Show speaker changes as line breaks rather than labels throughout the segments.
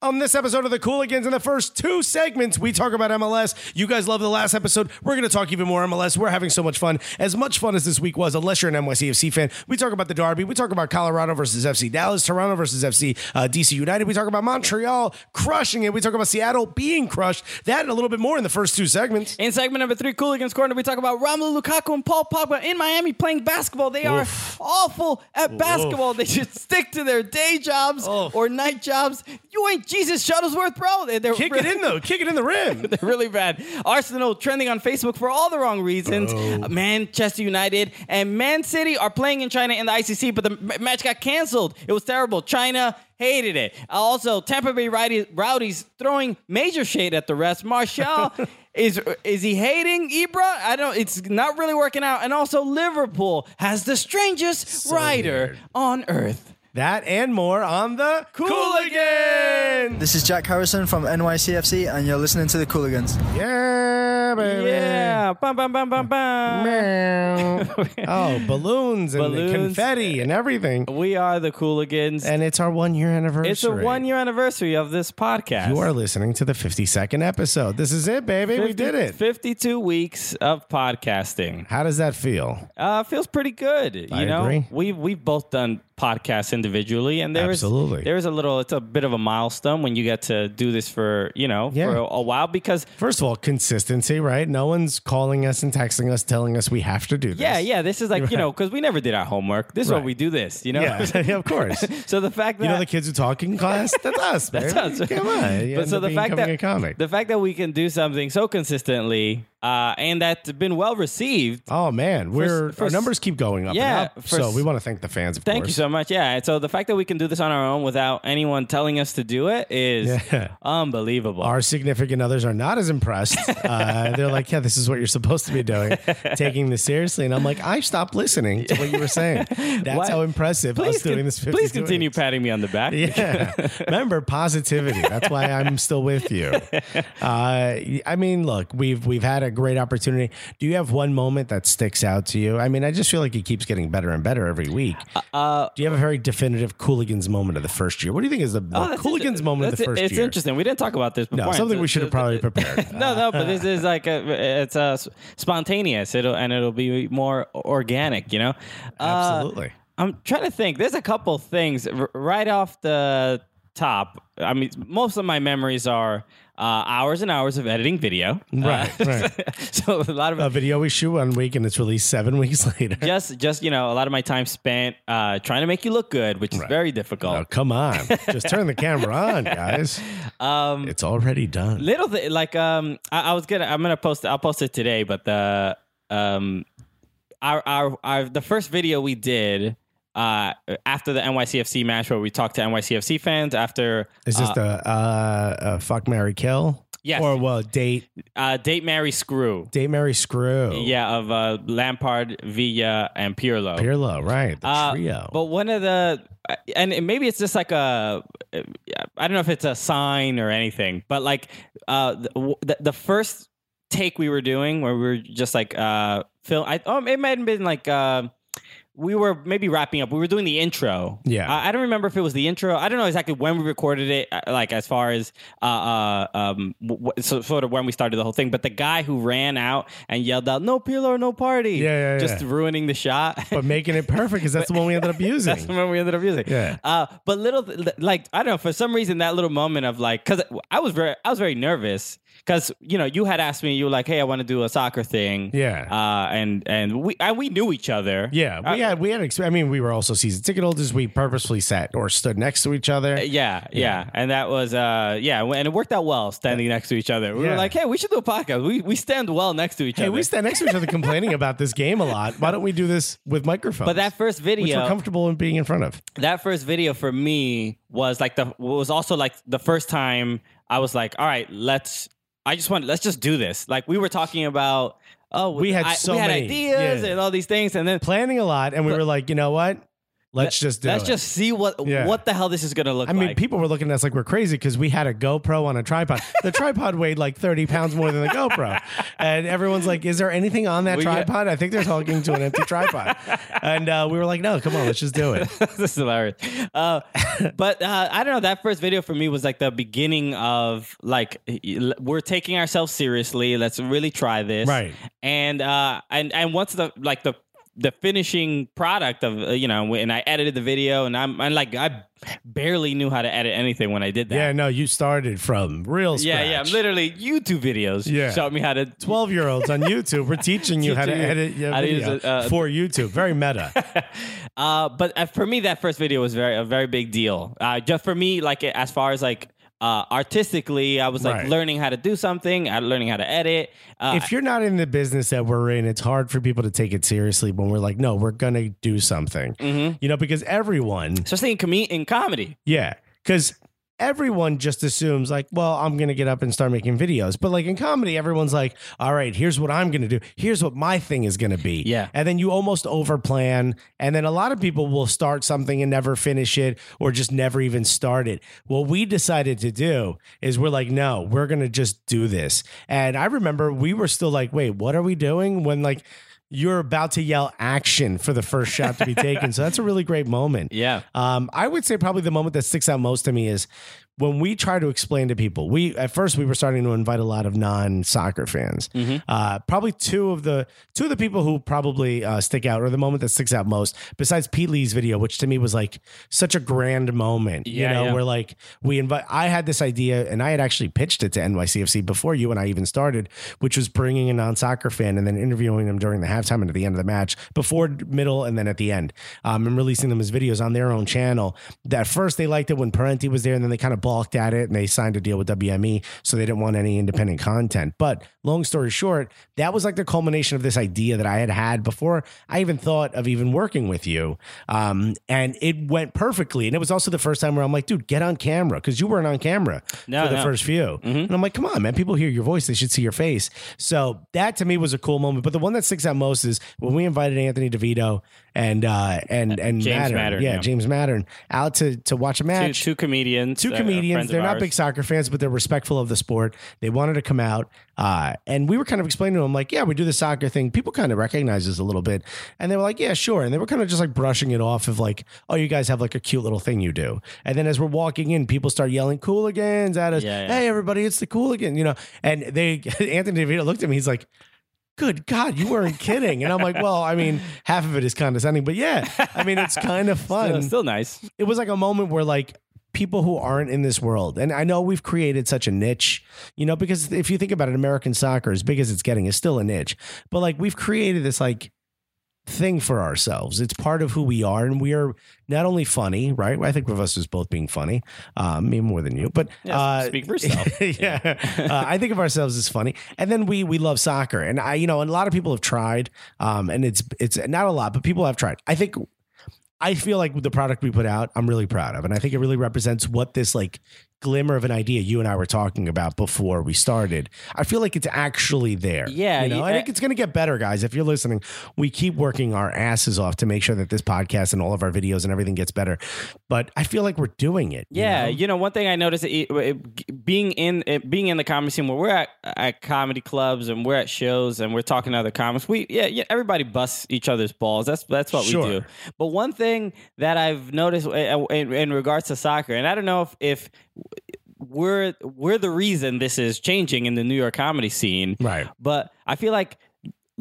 On this episode of the Cooligans, in the first two segments, we talk about MLS. You guys loved the last episode. We're going to talk even more MLS. We're having so much fun. As much fun as this week was, unless you're an NYCFC fan, we talk about the Derby. We talk about Colorado versus FC Dallas, Toronto versus FC uh, DC United. We talk about Montreal crushing it. We talk about Seattle being crushed. That and a little bit more in the first two segments.
In segment number three, Cooligans Corner, we talk about Romelu Lukaku and Paul Pogba in Miami playing basketball. They are awful at basketball. They should stick to their day jobs
Oof.
or night jobs. You ain't Jesus Shuttlesworth, bro. They- They're
Kick it
really,
in, though. Kick it in the rim.
They're really bad. Arsenal trending on Facebook for all the wrong reasons. Manchester United and Man City are playing in China in the ICC, but the m- match got canceled. It was terrible. China hated it. Also, Tampa Bay Rowdy- Rowdies throwing major shade at the rest. Martial. Is, is he hating Ibra? I don't. It's not really working out. And also, Liverpool has the strangest rider
weird.
on earth.
That and more on the Cooligans.
Cooligans.
This is Jack Harrison from NYCFC, and you're listening to the Cooligans.
Yeah, baby.
Yeah. Bum, bum, bum, bum, bum.
oh, balloons and
Balloons.
confetti and everything.
We are the Cooligans.
And it's our one year anniversary.
It's a one year anniversary of this podcast.
You are listening to the 52nd episode. This is it, baby. we
50
did it.
52 weeks of podcasting.
How does that feel?
Uh, feels pretty good.
I
you know,
agree.
we we've both done podcasts individually, and there's
Absolutely.
there's a little. It's a bit of a milestone when you get to do this for you know
Yeah.
for a, a while because
First of all, consistency, right? No one's calling us and texting us telling us we have to do this.
yeah yeah this is like you know because we never did our homework. This is why
Right.
we do this. You know.
Yeah, yeah, of course. You
so the fact that
know the kids who talk in class? That's us,
That's
baby.
us.
Come on. You
but so the fact that
a comic.
the fact that we can do something so consistently uh, and that's been well received
oh man, we're
for
our
s-
numbers keep going up.
Yeah,
and up,
for
so
s-
we want to thank the fans. Of
Thank you
course.
so much. Yeah. and So the fact that we can do this on our own without anyone telling us to do it is
Yeah.
unbelievable.
our significant others are not as impressed. Uh, they're like, yeah, this is what you're supposed to be doing, taking this seriously. And I'm like, I stopped listening to what you were saying. That's
What?
how impressive us
please
doing
con-
this. 52
please continue
weeks.
patting me on the back.
Yeah. Remember positivity. That's why I'm still with you. Uh, I mean, look, we've we've had a great opportunity. Do you have one moment that sticks out to you? I mean, I just feel like it keeps getting better and better every week.
Uh,
do you have a very definitive Cooligans moment of the first year? What do you think is the, the
Oh, that's
Cooligans
inter-
moment of
that's
the
it-
first
It's
year?
interesting. We didn't talk about this before.
No, something
So-
we should have
Uh,
probably prepared.
No, no, but this is like a, it's uh spontaneous. It'll and it'll be more organic, you know. Uh,
Absolutely.
I'm trying to think. There's a couple things r- right off the top. I mean, most of my memories are uh, hours and hours of editing video.
Right,
Uh,
right.
so a lot of
A video we shoot one week and it's released seven weeks later.
just just you know a lot of my time spent uh, trying to make you look good, which is very
Oh,
difficult.
come on. Just turn the camera on, guys. Um, it's already done.
Little thi- like um, I, I was gonna I'm gonna post I'll post it today, but the um, our our, our the first video we did. Uh, after the NYCFC match where we talked to NYCFC fans after
Is this the uh, uh, fuck Mary Kill?
Yes.
Or well, date
uh, date Mary Screw.
date Mary Screw.
Yeah, of uh, Lampard, Villa, and Pirlo.
Oh. Pirlo, right? The
Uh,
trio.
But one of the, uh, and it- maybe it's just like a, I don't know if it's a sign or anything, but like uh, the, w- the, the first take we were doing where we were just like, uh, Phil, I, oh, it might have been like, uh, we were maybe wrapping up. We were doing the intro.
Yeah.
I, I don't remember if it was the intro. I don't know exactly when we recorded it, uh, like as far as uh, uh um w- w- so, sort of when we started the whole thing. But the guy who ran out and yelled out, "No Pirlo, no party!"
Yeah, yeah,
just
yeah.
ruining the shot.
but making it perfect because that's the one we ended up using.
That's the one we ended up using.
Yeah.
Uh, but little, like I don't know, for some reason that little moment of like, because I was very, I was very nervous because you know you had asked me, you were like, hey, I want to do a soccer thing.
Yeah.
Uh, and and we and we knew each other.
yeah, we had
Uh,
we had. Exp- I mean, we were also season ticket holders. We purposefully sat or stood next to each other.
Yeah, yeah, and that was uh, yeah, and it worked out well standing next to each other. We
Yeah.
were like, "Hey, we should do a podcast. We we stand well next to each
Hey,
other."
we stand next to each other complaining about this game a lot. Why don't we do this with microphones?
but that first
which we're
video,
comfortable in being in front of.
that first video for me was like the was also like the first time I was like, all right, let's. I just want let's just do this. Like we were talking about. Oh,
We had
I-
so
we had
many.
ideas
Yeah.
and all these things, and then
Planning a lot, and we were like, you know what? Let's just do
Let's
it.
just see what
Yeah.
what the hell this is gonna look
I
like.
mean, people were looking at us like we're crazy because we had a GoPro on a tripod. The tripod weighed like 30 pounds more than the GoPro. And everyone's like, Is there anything on that
We uh, got-
tripod? I think they're talking to an empty tripod. And uh, we were like, No, come on, let's just do it.
this is hilarious. Uh, but uh, I don't know. That first video for me was like the beginning of like y- y- we're taking ourselves seriously. Let's really try this,
Right.
And uh, and and once the like the the finishing product of uh, you know and I edited the video and I'm and like I barely knew how to edit anything when I did that.
Yeah, no, you started from real scratch.
yeah, yeah. Literally, YouTube videos
Yeah.
showed me how to
12 year olds on YouTube, we're teaching you how to
Teaching you
edit your
how to use
video
it, uh,
for YouTube. Very meta.
Uh, but uh, for me, that first video was very a very big deal. Uh, just for me, like as far as like uh, artistically, I was like
Right.
learning how to do something, uh, learning how to edit. Uh,
if you're not in the business that we're in, it's hard for people to take it seriously when we're like, no, we're going to do something. You know, because everyone,
especially in, com- in comedy,
yeah, because everyone just assumes, like, well, I'm going to get up and start making videos. But like in comedy, everyone's like, all right, here's what I'm going to do. Here's what my thing is going to be.
Yeah.
And then you almost overplan. And then a lot of people will start something and never finish it or just never even start it. What we decided to do is we're like, no, we're going to just do this. And I remember we were still like, wait, what are we doing? When like, you're about to yell action for the first shot to be taken. So that's a really great moment.
Yeah.
Um, I would say probably the moment that sticks out most to me is when we try to explain to people. We at first we were starting to invite a lot of non-soccer fans.
Mm-hmm.
Uh, probably two of the two of the people who probably uh, stick out, or the moment that sticks out most, besides Pete Lee's video, which to me was like such a grand moment.
Yeah,
you know,
yeah.
where like we invite. I had this idea, and I had actually pitched it to NYCFC before you and I even started, which was bringing a non-soccer fan and then interviewing them during the halftime and at the end of the match, before, middle, and then at the end, um, and releasing them as videos on their own channel. At first, they liked it when Parenti was there, and then they kind of balked at it, and they signed a deal with WME, so they didn't want any independent content. But long story short, that was like the culmination of this idea that I had had before I even thought of even working with you, um, and it went perfectly. And it was also the first time where I'm like, dude, get on camera because you weren't on camera
No,
for the
no. Mm-hmm.
first few. And I'm like, come on, man. People hear your voice, they should see your face. So that to me was a cool moment. But the one that sticks out most is when we invited Anthony DeVito and uh and and
James
Mattern.
Mattern,
yeah,
yeah.
James Mattern out to to watch a
two,
match.
two comedians,
Two
uh,
comedians.
friends of
They're not
ours.
big soccer fans, but they're respectful of the sport. They wanted to come out, uh, and we were kind of explaining to them, like, "Yeah, we do the soccer thing. People kind of recognize us a little bit," and they were like, "Yeah, sure." And they were kind of just like brushing it off of like, "Oh, you guys have like a cute little thing you do." And then as we're walking in, people start yelling "Cooligans" at us.
Yeah, yeah.
Hey, everybody, it's the Cooligan, you know. And they, Anthony DeVito looked at me. He's like. Good God, you weren't kidding. And I'm like, well, I mean, half of it is condescending, but yeah, I mean, it's kind of fun
Still, still nice.
it was like a moment where like people who aren't in this world and i know we've created such a niche you know because if you think about it american soccer as big as it's getting is still a niche but like we've created this like thing for ourselves it's part of who we are and we are not only funny right i think of us as both being funny um me more than you but
Yeah,
uh
speak for yourself.
yeah, uh, I think of ourselves as funny, and then we we love soccer, and I you know, and a lot of people have tried, um, and it's it's not a lot, but people have tried. I think I feel like the product we put out, I'm really proud of, and I think it really represents what this like glimmer of an idea you and I were talking about before we started. I feel like it's actually there.
Yeah,
you know,
you-
I think it's going to get better, guys. If you're listening, we keep working our asses off to make sure that this podcast and all of our videos and everything gets better. But I feel like we're doing it. you
Yeah,
know?
you know, one thing I noticed it- it- being in it, being in the comedy scene where we're at, at comedy clubs and we're at shows and we're talking to other comics. We yeah, yeah everybody busts each other's balls. That's that's what
Sure.
we do. But one thing that I've noticed uh, in, in regards to soccer, and I don't know if if we're we're the reason this is changing in the New York comedy scene,
Right.
But I feel like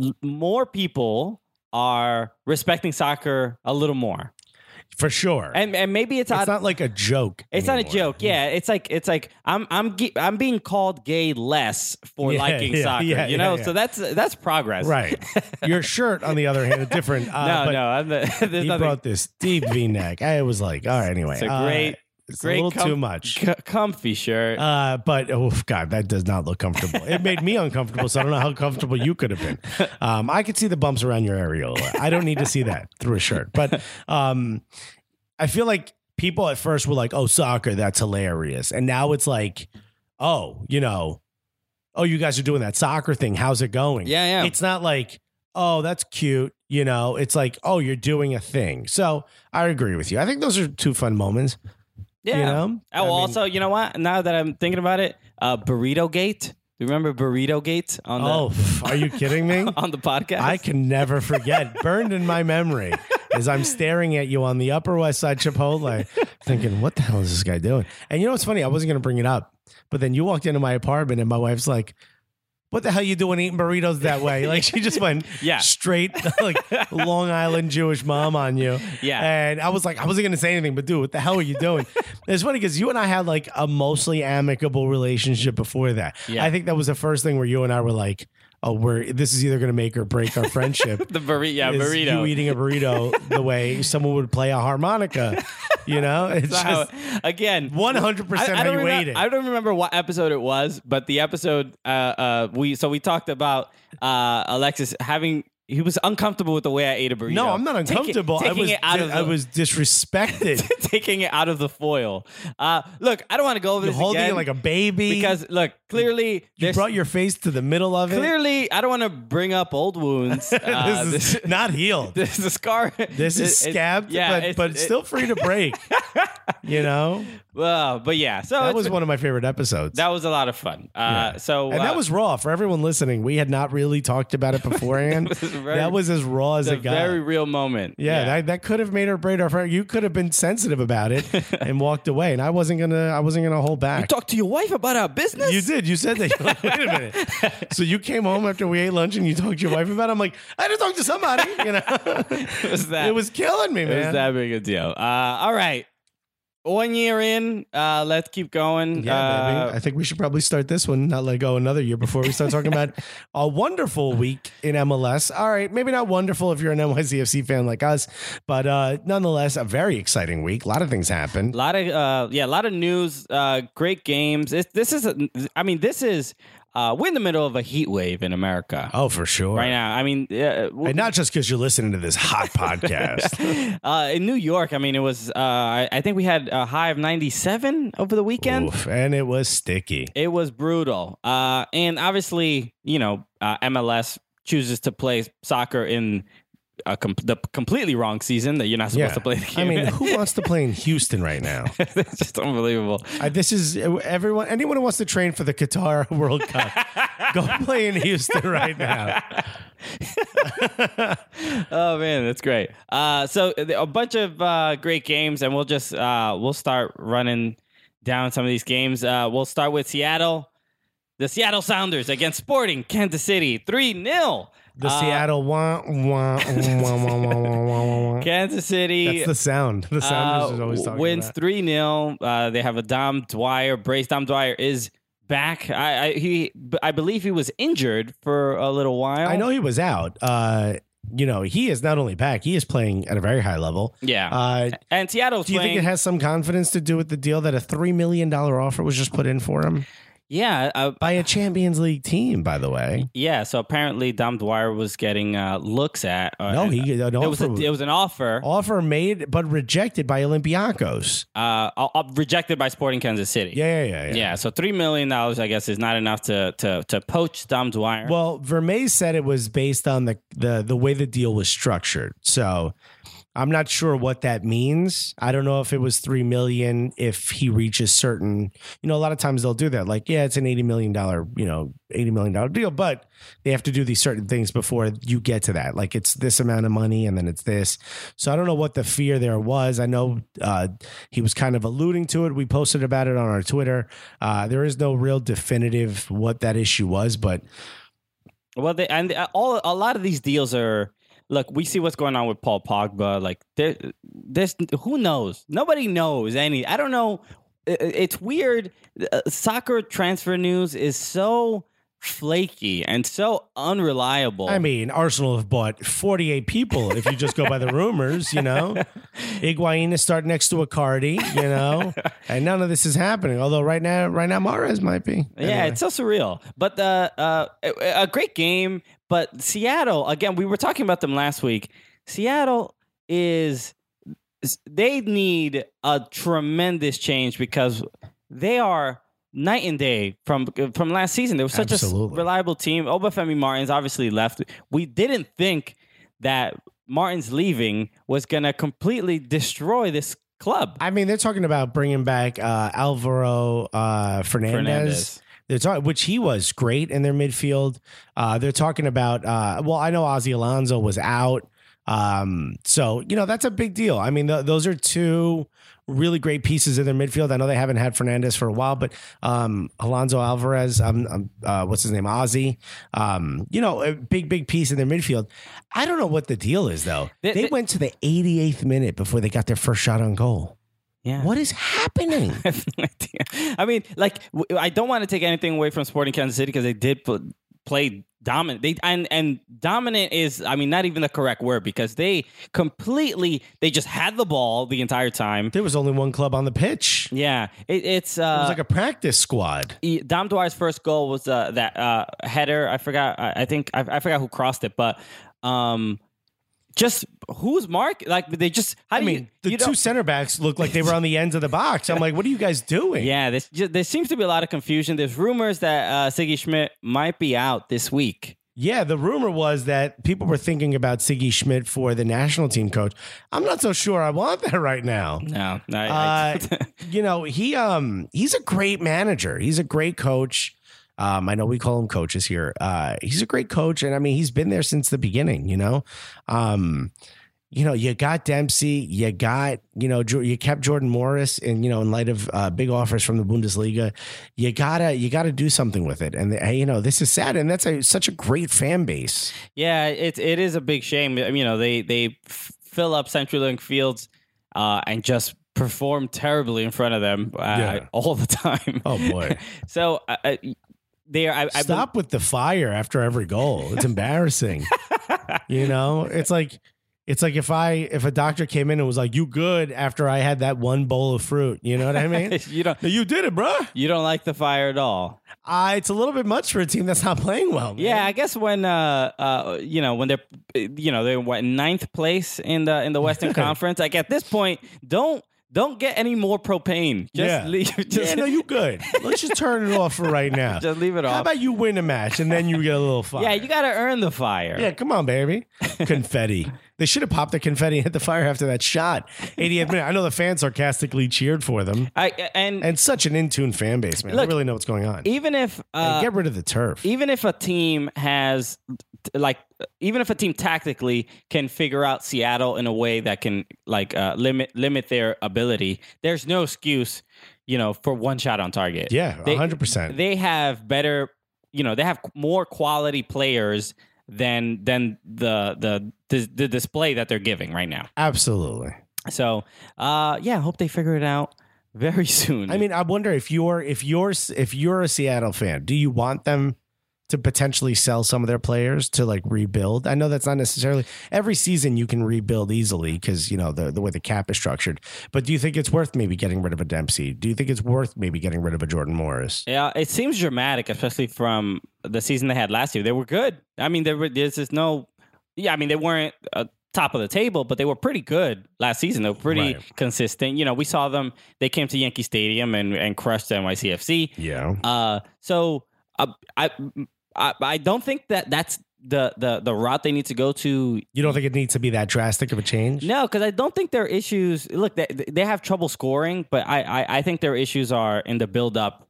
l- more people are respecting soccer a little more,
for sure.
and and maybe it's,
it's not like a joke.
it's not a
anymore.
joke. Yeah, it's like it's like I'm I'm ge- I'm being called gay less for
Yeah,
liking
yeah,
soccer.
yeah,
you know,
yeah, yeah.
so that's that's progress.
Right. Your shirt, on the other hand, different. Uh,
No,
but
no, I'm the, there's
He
nothing.
brought this deep V neck. I was like, all right, anyway.
it's a
uh,
great,
it's
great,
a little
com-
too much.
co- comfy shirt.
Uh, but oh god, that does not look comfortable. It made me uncomfortable, so I don't know how comfortable you could have been. Um, I could see the bumps around your areola. I don't need to see that through a shirt. But um, I feel like people at first were like, "Oh, soccer, that's hilarious," and now it's like, "Oh, you know, oh, you guys are doing that soccer thing. How's it going?"
Yeah, yeah.
It's not like, "Oh, that's cute. You know, it's like, oh, you're doing a thing. So I agree with you. I think those are two fun moments.
Yeah.
You know? I
Oh,
mean-
also, you know what? Now that I'm thinking about it, uh, Burrito Gate. Do you remember Burrito Gate on the
Oh, f- are you kidding me?
on the podcast?
I can never forget. Burned in my memory as I'm staring at you on the Upper West Side Chipotle, thinking, what the hell is this guy doing? And you know what's funny? I wasn't going to bring it up, but then you walked into my apartment and my wife's like, what the hell you doing eating burritos that way? Like she just went
Yeah.
straight like Long Island Jewish mom on you.
Yeah.
And I was like, I wasn't gonna say anything, but dude, what the hell are you doing? it's funny because you and I had like a mostly amicable relationship before that.
Yeah.
I think that was the first thing where you and I were like, oh, we're this is either gonna make or break our friendship.
the burrito. Yeah,
is
burrito.
You eating a burrito the way someone would play a harmonica. You know? It's
Wow.
just
Again,
100%
I, I
how
don't
you
remember,
ate it.
I don't remember what episode it was, but the episode uh, uh, we so we talked about uh, Alexis having he was uncomfortable with the way I ate a burrito.
no, I'm not
Taking-
uncomfortable.
Taking,
I was
it out of the,
I was disrespected.
taking it out of the foil. Uh, look, I don't want to go over
You're
this
holding
again
it like a baby.
because look, clearly
You
there's
brought your face to the middle of it.
clearly I don't want to bring up old wounds. Uh,
this is not healed. This,
this is a scar.
is
it- it-
scabbed, but,
it's-
but
it-
still free to break. you know,
well, but yeah. So
that
Oh, it's
was one of my favorite episodes.
That was a lot of fun. Uh, So
and
uh,
that was raw for everyone listening. We had not really talked about it beforehand.
was very-
that was as raw as
a
it got.
very real moment.
yeah, That, that could have made or break our friend. You could have been sensitive about it and walked away, and I wasn't gonna. I wasn't gonna hold back.
Talk to your wife about our business.
You did. You said that. You're like, Wait a minute. So you came home after we ate lunch and you talked to your wife about. It? I'm like, I had to talk to somebody. You know,
It was that.
it was killing me,
it was
man.
that big a deal. Uh, all right. One year in, uh, let's keep going.
yeah,
uh,
baby. I think we should probably start this one, not let go another year before we start talking about a wonderful week in MLS. All right, maybe not wonderful if you're an NYCFC fan like us, but uh, nonetheless, a very exciting week. A lot of things happened.
lot of uh, yeah, a lot of news. Uh, great games. It's, this is, a, I mean, this is uh, we're in the middle of a heat wave in America
Oh, for sure.
right now. I mean, uh, w-
And not just because you're listening to this hot podcast.
uh, in New York, I mean, it was. Uh, I, I think we had a high of ninety seven over the weekend.
Oof, and it was sticky.
It was brutal. Uh, and obviously, you know, uh, MLS chooses to play soccer in a com- the completely wrong season that you're not supposed to play the game.
I mean,
in.
who wants to play in Houston right now?
it's just unbelievable.
Uh, this is everyone. Anyone who wants to train for the Qatar World Cup, go play in Houston right now.
Oh man, that's great. Uh, so th- a bunch of uh, great games, and we'll just uh, we'll start running down some of these games. Uh, we'll start with Seattle, the Seattle Sounders against Sporting Kansas City, three 0
The Seattle wah, wah, wah, wah, wah, wah, wah, wah, wah.
Kansas City.
That's the sound. The sound
uh,
is always talking
wins
about.
3 0. Uh, they have a Dom Dwyer brace. Dom Dwyer is back. I, I he b- I believe he was injured for a little while.
I know he was out. Uh, you know, he is not only back; he is playing at a very high level.
Yeah.
Uh,
and Seattle's
do you
playing.
think it has some confidence to do with the deal that a three million dollar offer was just put in for him
yeah. Uh,
by a Champions League team? By the way,
yeah. So apparently Dom Dwyer was getting uh, looks at. Uh,
no, he an
It
offer,
was, a, it was an offer
offer made but rejected by Olympiacos.
uh, uh, uh, rejected by Sporting Kansas City.
Yeah, yeah, yeah. yeah.
Yeah, so $3 million, I guess, is not enough to, to, to poach Dom Dwyer.
Well, Vermees said it was based on the, the the way the deal was structured. So I'm not sure what that means. I don't know if it was three million if he reaches certain you know, a lot of times they'll do that. Like, yeah, it's an eighty million dollar, you know, eighty million dollar deal, but they have to do these certain things before you get to that. Like it's this amount of money and then it's this. So I don't know what the fear there was. I know uh, he was kind of alluding to it. We posted about it on our Twitter. Uh, there is no real definitive what that issue was, but
Well, they and uh, all a lot of these deals are. Look, we see what's going on with Paul Pogba. Like there, there's who knows. Nobody knows any. I don't know. I- I- It's weird. Uh, Soccer transfer news is so flaky and so unreliable.
I mean, Arsenal have bought 48 people if you just go by the rumors, you know. Higuain is starting next to Icardi, you know, and none of this is happening. Although right now, right now, Mares might be.
Yeah, it's so surreal. But the uh, a, a great game. But Seattle again. We were talking about them last week. Seattle is is- they need a tremendous change because they are night and day from from last season. They were such a s-
Absolutely.
reliable team. Obafemi Martins obviously left. We didn't think that Martin's leaving was gonna completely destroy this club.
I mean, they're talking about bringing back uh, Alvaro uh, Fernandez.
Fernandez.
They're talking, which he was great in their midfield. Uh, they're talking about. Uh, well, I know Ozzy Alonso was out, um, so you know that's a big deal. I mean, th- those are two really great pieces in their midfield. I know they haven't had Fernandez for a while, but um, Alonso Alvarez, um, um, uh, what's his name, Ozzy, um, you know, a big big piece in their midfield. I don't know what the deal is though.
They-
they
they-
went to the 88th minute before they got their first shot on goal.
Yeah.
What is happening?
I have no idea. I mean, like, w- I don't want to take anything away from Sporting Kansas City because they did put, play dominant. They and and dominant is, I mean, not even the correct word because they completely they just had the ball the entire time.
there was only one club on the pitch. It
Yeah, it, it's uh,
was like a practice squad.
E- Dom Dwyer's first goal was uh, that uh, header. I forgot. I, I think I, I forgot who crossed it, but um, just who's Mark? Like they just. How
I
do you-
mean, the
you
two
don't-
center backs looked like they were on the ends of the box. I'm like, what are you guys doing?
Yeah, this, ju- there seems to be a lot of confusion. There's rumors that uh, Siggy Schmidt might be out this week.
Yeah, the rumor was that people were thinking about Siggy Schmidt for the national team coach. I'm not so sure I want that right now.
No, no, I-
Uh,
I-
you know, he um he's a great manager. He's a great coach. Um, I know we call him coaches here. Uh, he's a great coach, and I mean he's been there since the beginning. You know, um, you know you got Dempsey, you got you know Jo- you kept Jordan Morris, and you know in light of uh, big offers from the Bundesliga, you gotta you gotta do something with it. And uh, you know this is sad, and that's a, such a great fan base.
yeah, it it is a big shame. You know, they they f- fill up CenturyLink fields uh, and just perform terribly in front of them uh,
Yeah.
all the time.
Oh boy,
So I, I, they are. I, I bel-
stop with the fire after every goal. It's embarrassing. you know, it's like it's like if I if a doctor came in and was like, "You good?" after I had that one bowl of fruit. You know what I mean?
you don't
you did it, bruh.
you don't like the fire at all.
Uh, it's a little bit much for a team that's not playing well. man.
Yeah, I guess when uh, uh you know when they're eh, you know they're what ninth place in the in the Western Conference. Like at this point, don't don't get any more propane. Just
yeah.
leave. Just,
yeah, no, you good. Let's just turn it off for right now.
just leave it
How
off.
about you win a match and then you get a little fire?
yeah, you gotta earn the fire.
Yeah, come on, baby. Confetti. they should have popped the confetti and hit the fire after that shot. 88th minute. I know the fans sarcastically cheered for them.
I and,
And such an in tune fan base, man.
Look,
they really know what's going on.
even if uh,
get rid of the turf.
even if a team has t- like even if a team tactically can figure out Seattle in a way that can like uh, limit limit their ability, there's no excuse, you know, for one shot on target.
yeah,
they-
hundred percent.
They have better, you know, they have more quality players than than the the the, the display that they're giving right now.
Absolutely.
So, uh yeah, I hope they figure it out very soon.
I mean, I wonder if you're if you're if you're a Seattle fan, do you want them to potentially sell some of their players to like rebuild? I know that's not necessarily every season you can rebuild easily because you know the the way the cap is structured. But do you think it's worth maybe getting rid of a Dempsey? Do you think it's worth maybe getting rid of a Jordan Morris?
Yeah, it seems dramatic, especially from the season they had last year. They were good. I mean, there were there's just no. Yeah, I mean they weren't uh, top of the table, but they were pretty good last season. They were pretty
Right.
consistent. You know, we saw them. They came to Yankee Stadium and and crushed NYCFC.
Yeah.
Uh, so uh, I, I I don't think that that's the the the route they need to go to
You don't think it needs to be that drastic of a change?
no, because I don't think their issues. Look, they, they have trouble scoring, but I, I, I think their issues are in the build up,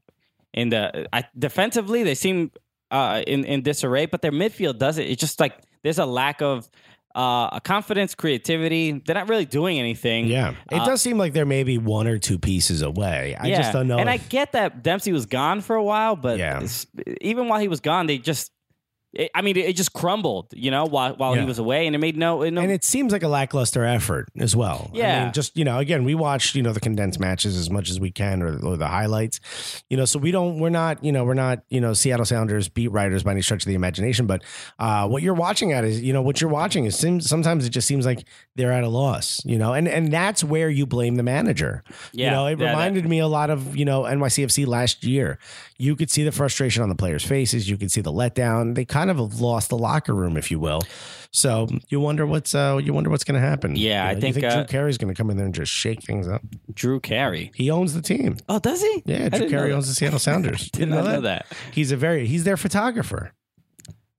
in the I, defensively they seem uh, in in disarray, but their midfield doesn't. It's just like there's a lack of uh, confidence, creativity. They're not really doing anything.
Yeah. It
Uh,
does seem like they're maybe one or two pieces away. I just don't know.
And I
if-
get that Dempsey was gone for a while, but
Yeah.
it's- even while he was gone, they just. It, I mean, it just crumbled, you know, while while
Yeah.
he was away, and it made no. no
and it seems like a lackluster effort as well. I
Yeah.
mean, just you know, again, we watch you know the condensed matches as much as we can or, or the highlights, you know. So we don't, we're not, you know, we're not, you know, Seattle Sounders beat writers by any stretch of the imagination. But uh, what you're watching at is, you know, what you're watching is sim- sometimes it just seems like they're at a loss, you know, and and that's where you blame the manager. you
Yeah.
know, it
Yeah, that-
reminded me a lot of you know NYCFC last year. You could see the frustration on the players' faces. You could see the letdown. They kind of have lost the locker room, if you will. So you wonder what's uh, you wonder what's going to happen.
Yeah,
You
I
you
think, uh,
Drew Carey's going to come in there and just shake things up.
Drew Carey.
He owns the team.
Oh, does he?
Yeah,
I
Drew
didn't know
Carey
that.
owns the Seattle Sounders.
Did not know that.
He's a very he's their photographer.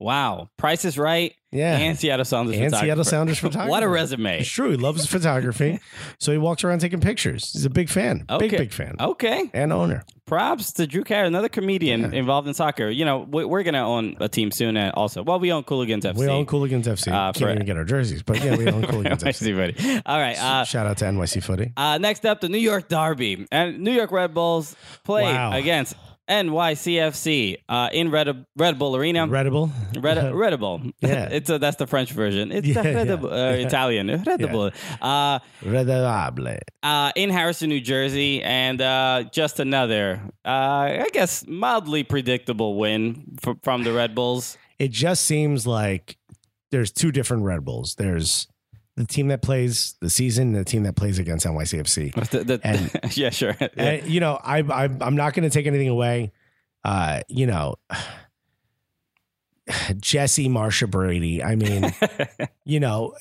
Wow. Price is right.
Yeah.
And Seattle Sounders
And
photographer.
Seattle Sounders photographer.
What a resume.
It's true. He loves photography. so he walks around taking pictures. He's a big fan.
Okay. Oh.
Big, big fan.
Okay.
And owner.
Props to Drew Carey, another comedian involved in soccer. You know, we- we're going to own a team soon uh, also. Well, we own Cooligans FC.
We own Cooligans FC.
Uh,
Can't
for-
even get our jerseys, but yeah, we own Cooligans
I
FC.
see, buddy. All right. Uh,
Shout out to NYC Footy.
uh, next up, the New York Derby. And New York Red Bulls play
Wow.
against NYCFC uh, in Red, Red Bull Arena.
Readable.
Red, Red Bull.
Yeah.
it's a, that's the French version. It's
Yeah,
the Red
yeah.
Bull, uh, Italian. Red Bull. Uh,
Readable.
uh, in Harrison, New Jersey, and uh, just another, uh, I guess, mildly predictable win fr- from the Red Bulls.
It just seems like there's two different Red Bulls. There's the team that plays the season and the team that plays against NYCFC.
The- the-
And-
yeah, sure. Yeah.
And, you know, I, I, I'm not going to take anything away. Uh, you know, Jesse Marsha Brady. I mean, you know,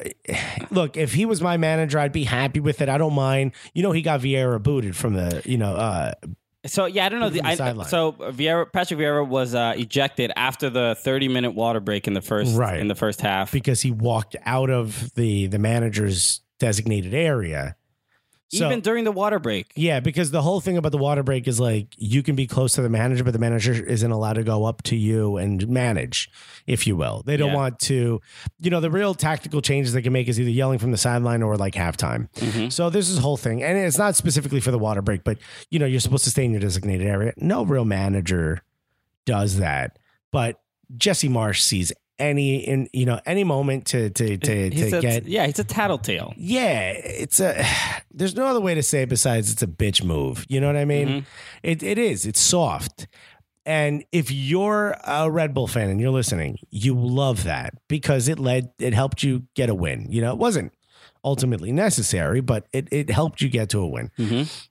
look, if he was my manager, I'd be happy with it. I don't mind. You know, he got Vieira booted from the, you know, uh,
So yeah, I don't know.
Put it
The,
on the
I,
sideline.
so uh, Vieira, Patrick Vieira was uh, ejected after the 30 minute water break in the first
Right.
in the first half.
because he walked out of the the manager's designated area. So,
Even during the water break,
Yeah, because the whole thing about the water break is like you can be close to the manager, but the manager isn't allowed to go up to you and manage, if you will. They don't
Yeah.
want to, you know, the real tactical changes they can make is either yelling from the sideline or like halftime.
Mm-hmm.
So this is a whole thing. And it's not specifically for the water break, but you know, you're supposed to stay in your designated area. No real manager does that. But Jesse Marsh sees any in you know, any moment to to to,
he's
to
a,
get
yeah, he's a tattletale.
yeah, it's a. There's no other way to say it besides it's a bitch move. You know what I mean? It it is. It's soft. And if you're a Red Bull fan and you're listening, you love that because it led it helped you get a win. You know, it wasn't ultimately necessary, but it it helped you get to a win.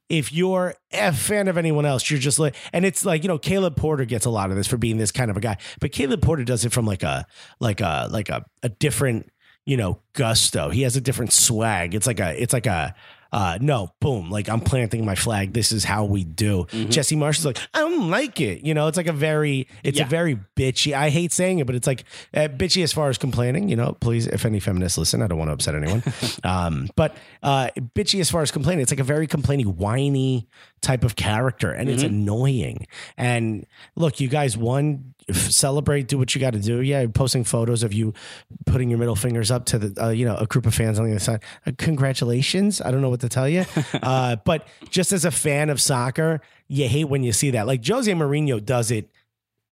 If you're a fan of anyone else, you're just like and it's like, you know, Caleb Porter gets a lot of this for being this kind of a guy. But Caleb Porter does it from like a like a like a, a different, you know, gusto. He has a different swag. It's like a it's like a uh, no, boom, like I'm planting my flag. This is how we do. Jesse Marsh is like, I don't like it. You know, it's like a very, it's
Yeah.
a very bitchy. I hate saying it, but it's like uh, bitchy as far as complaining. You know, please, if any feminists listen, I don't want to upset anyone. um, but uh, bitchy as far as complaining, it's like a very complaining, whiny type of character, and it's annoying. And look, you guys won. F- Celebrate, do what you got to do. Yeah, posting photos of you putting your middle fingers up to the uh, you know a group of fans on the other side. Uh, congratulations! I don't know what to tell you, uh, but just as a fan of soccer, you hate when you see that. Like Jose Mourinho does it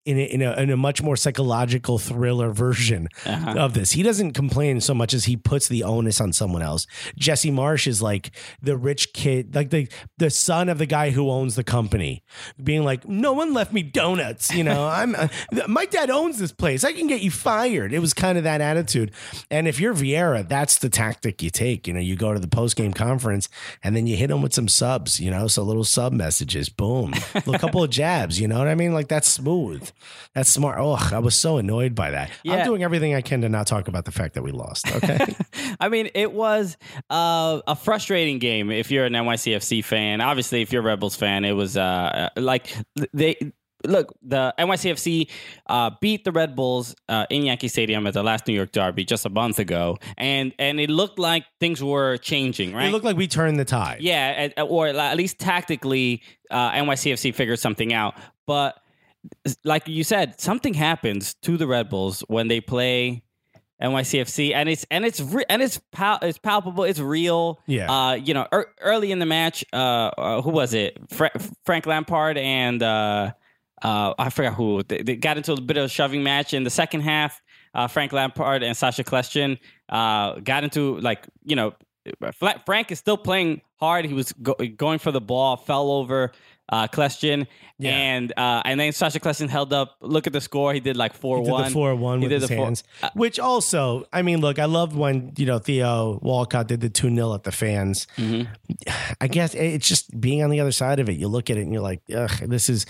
in a, in a, in a much more psychological thriller version of this. He doesn't complain so much as he puts the onus on someone else. Jesse Marsh is like the rich kid, like the the son of the guy who owns the company, being like, "No one left me donuts." You know, I'm uh, th- my dad owns this place. I can get you fired. It was kind of that attitude. And if you're Vieira, that's the tactic you take. You know, you go to the post game conference and then you hit him with some subs. You know, so little sub messages. Boom, a couple of jabs. You know what I mean? Like that's smooth. That's smart. Oh, I was so annoyed by that.
Yeah.
I'm doing everything I can to not talk about the fact that we lost. Okay.
I mean, it was uh, a frustrating game if you're an NYCFC fan. Obviously, if you're a Rebels fan, it was uh, like they look the NYCFC uh, beat the Red Bulls uh, in Yankee Stadium at the last New York Derby just a month ago, and and it looked like things were changing. Right?
It looked like we turned the tide.
Yeah, at- or at least tactically, uh, NYCFC figured something out. But like you said, something happens to the Red Bulls when they play NYCFC, and it's and it's re- and it's pal- it's palpable, it's real.
Yeah.
Uh, you know, ear early in the match, uh, uh who was it? Fra- Frank Lampard and uh, uh, I forgot who. They, they got into a bit of a shoving match in the second half. Uh, Frank Lampard and Sasha Kleshin uh, got into like you know. Fla- Frank is still playing hard. He was go- going for the ball, fell over uh, Kleshin,
Yeah.
and uh, and then Sasha Kleshin held up. Look at the score. He did like four
He did
one.
the four one with his hands,
uh,
which also, I mean, look, I loved when you know Theo Walcott did the two 0 at the fans.
Mm-hmm.
I guess it's just being on the other side of it. You look at it and you're like, ugh, this is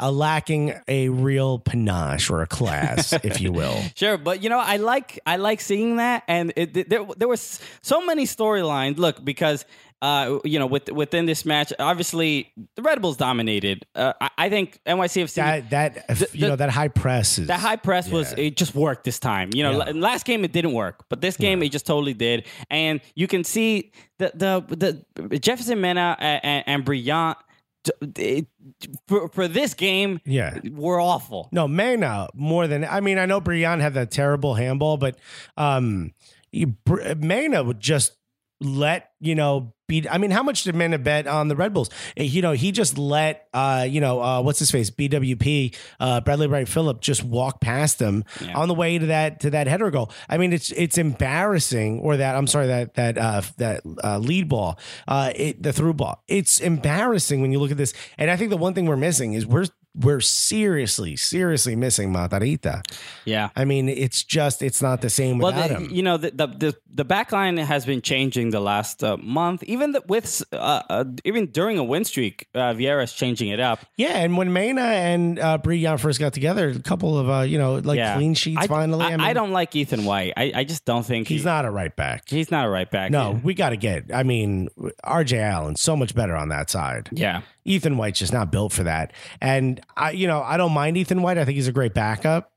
a lacking a real panache or a class, if you will.
Sure, but you know, I like I like seeing that, and it, there there was so many storylines. Look, because uh, you know, with, within this match, obviously the Red Bulls dominated. Uh, I, I think NYCFC
That that you
the-
know that high press is
that high press was it just worked this time. You know, la- last game it didn't work, but this game it just totally did. And you can see the the, the Jefferson Mena and, and, and Briant d- it- for, for this game
Yeah.
were awful.
No, Mena more than I mean. I know Brian had that terrible handball, but um, you- Br- Mena would just let you know beat. I mean, how much did Mena bet on the Red Bulls? Uh, You know, he just let uh, you know uh, what's his face BWP uh, Bradley Wright Phillip just walk past him on the way to that to that header goal. I mean, it's it's embarrassing. Or that I'm sorry that that uh, that uh, lead ball, uh, it, the through ball. It's embarrassing when you look at this. And I think the one thing we're missing is we're we're seriously, seriously missing Matarita.
Yeah.
I mean, it's just it's not the same
Well,
without
the,
him.
you know the the, the the back line has been changing the last uh, month. Even the, with uh, uh, even during a win streak, uh, Vieira's changing it up.
yeah, and when Mena and uh, Brian first got together, a couple of uh, you know like
yeah,
clean sheets
I,
finally.
I, I,
mean,
don't like Ethan White. I, I just don't think
He's
he-
not a right back.
He's not a right back.
No, we got to get. I mean, R.J. Allen so much better on that side.
Yeah.
Ethan White's just not built for that. And I, you know, I don't mind Ethan White. I think he's a great backup.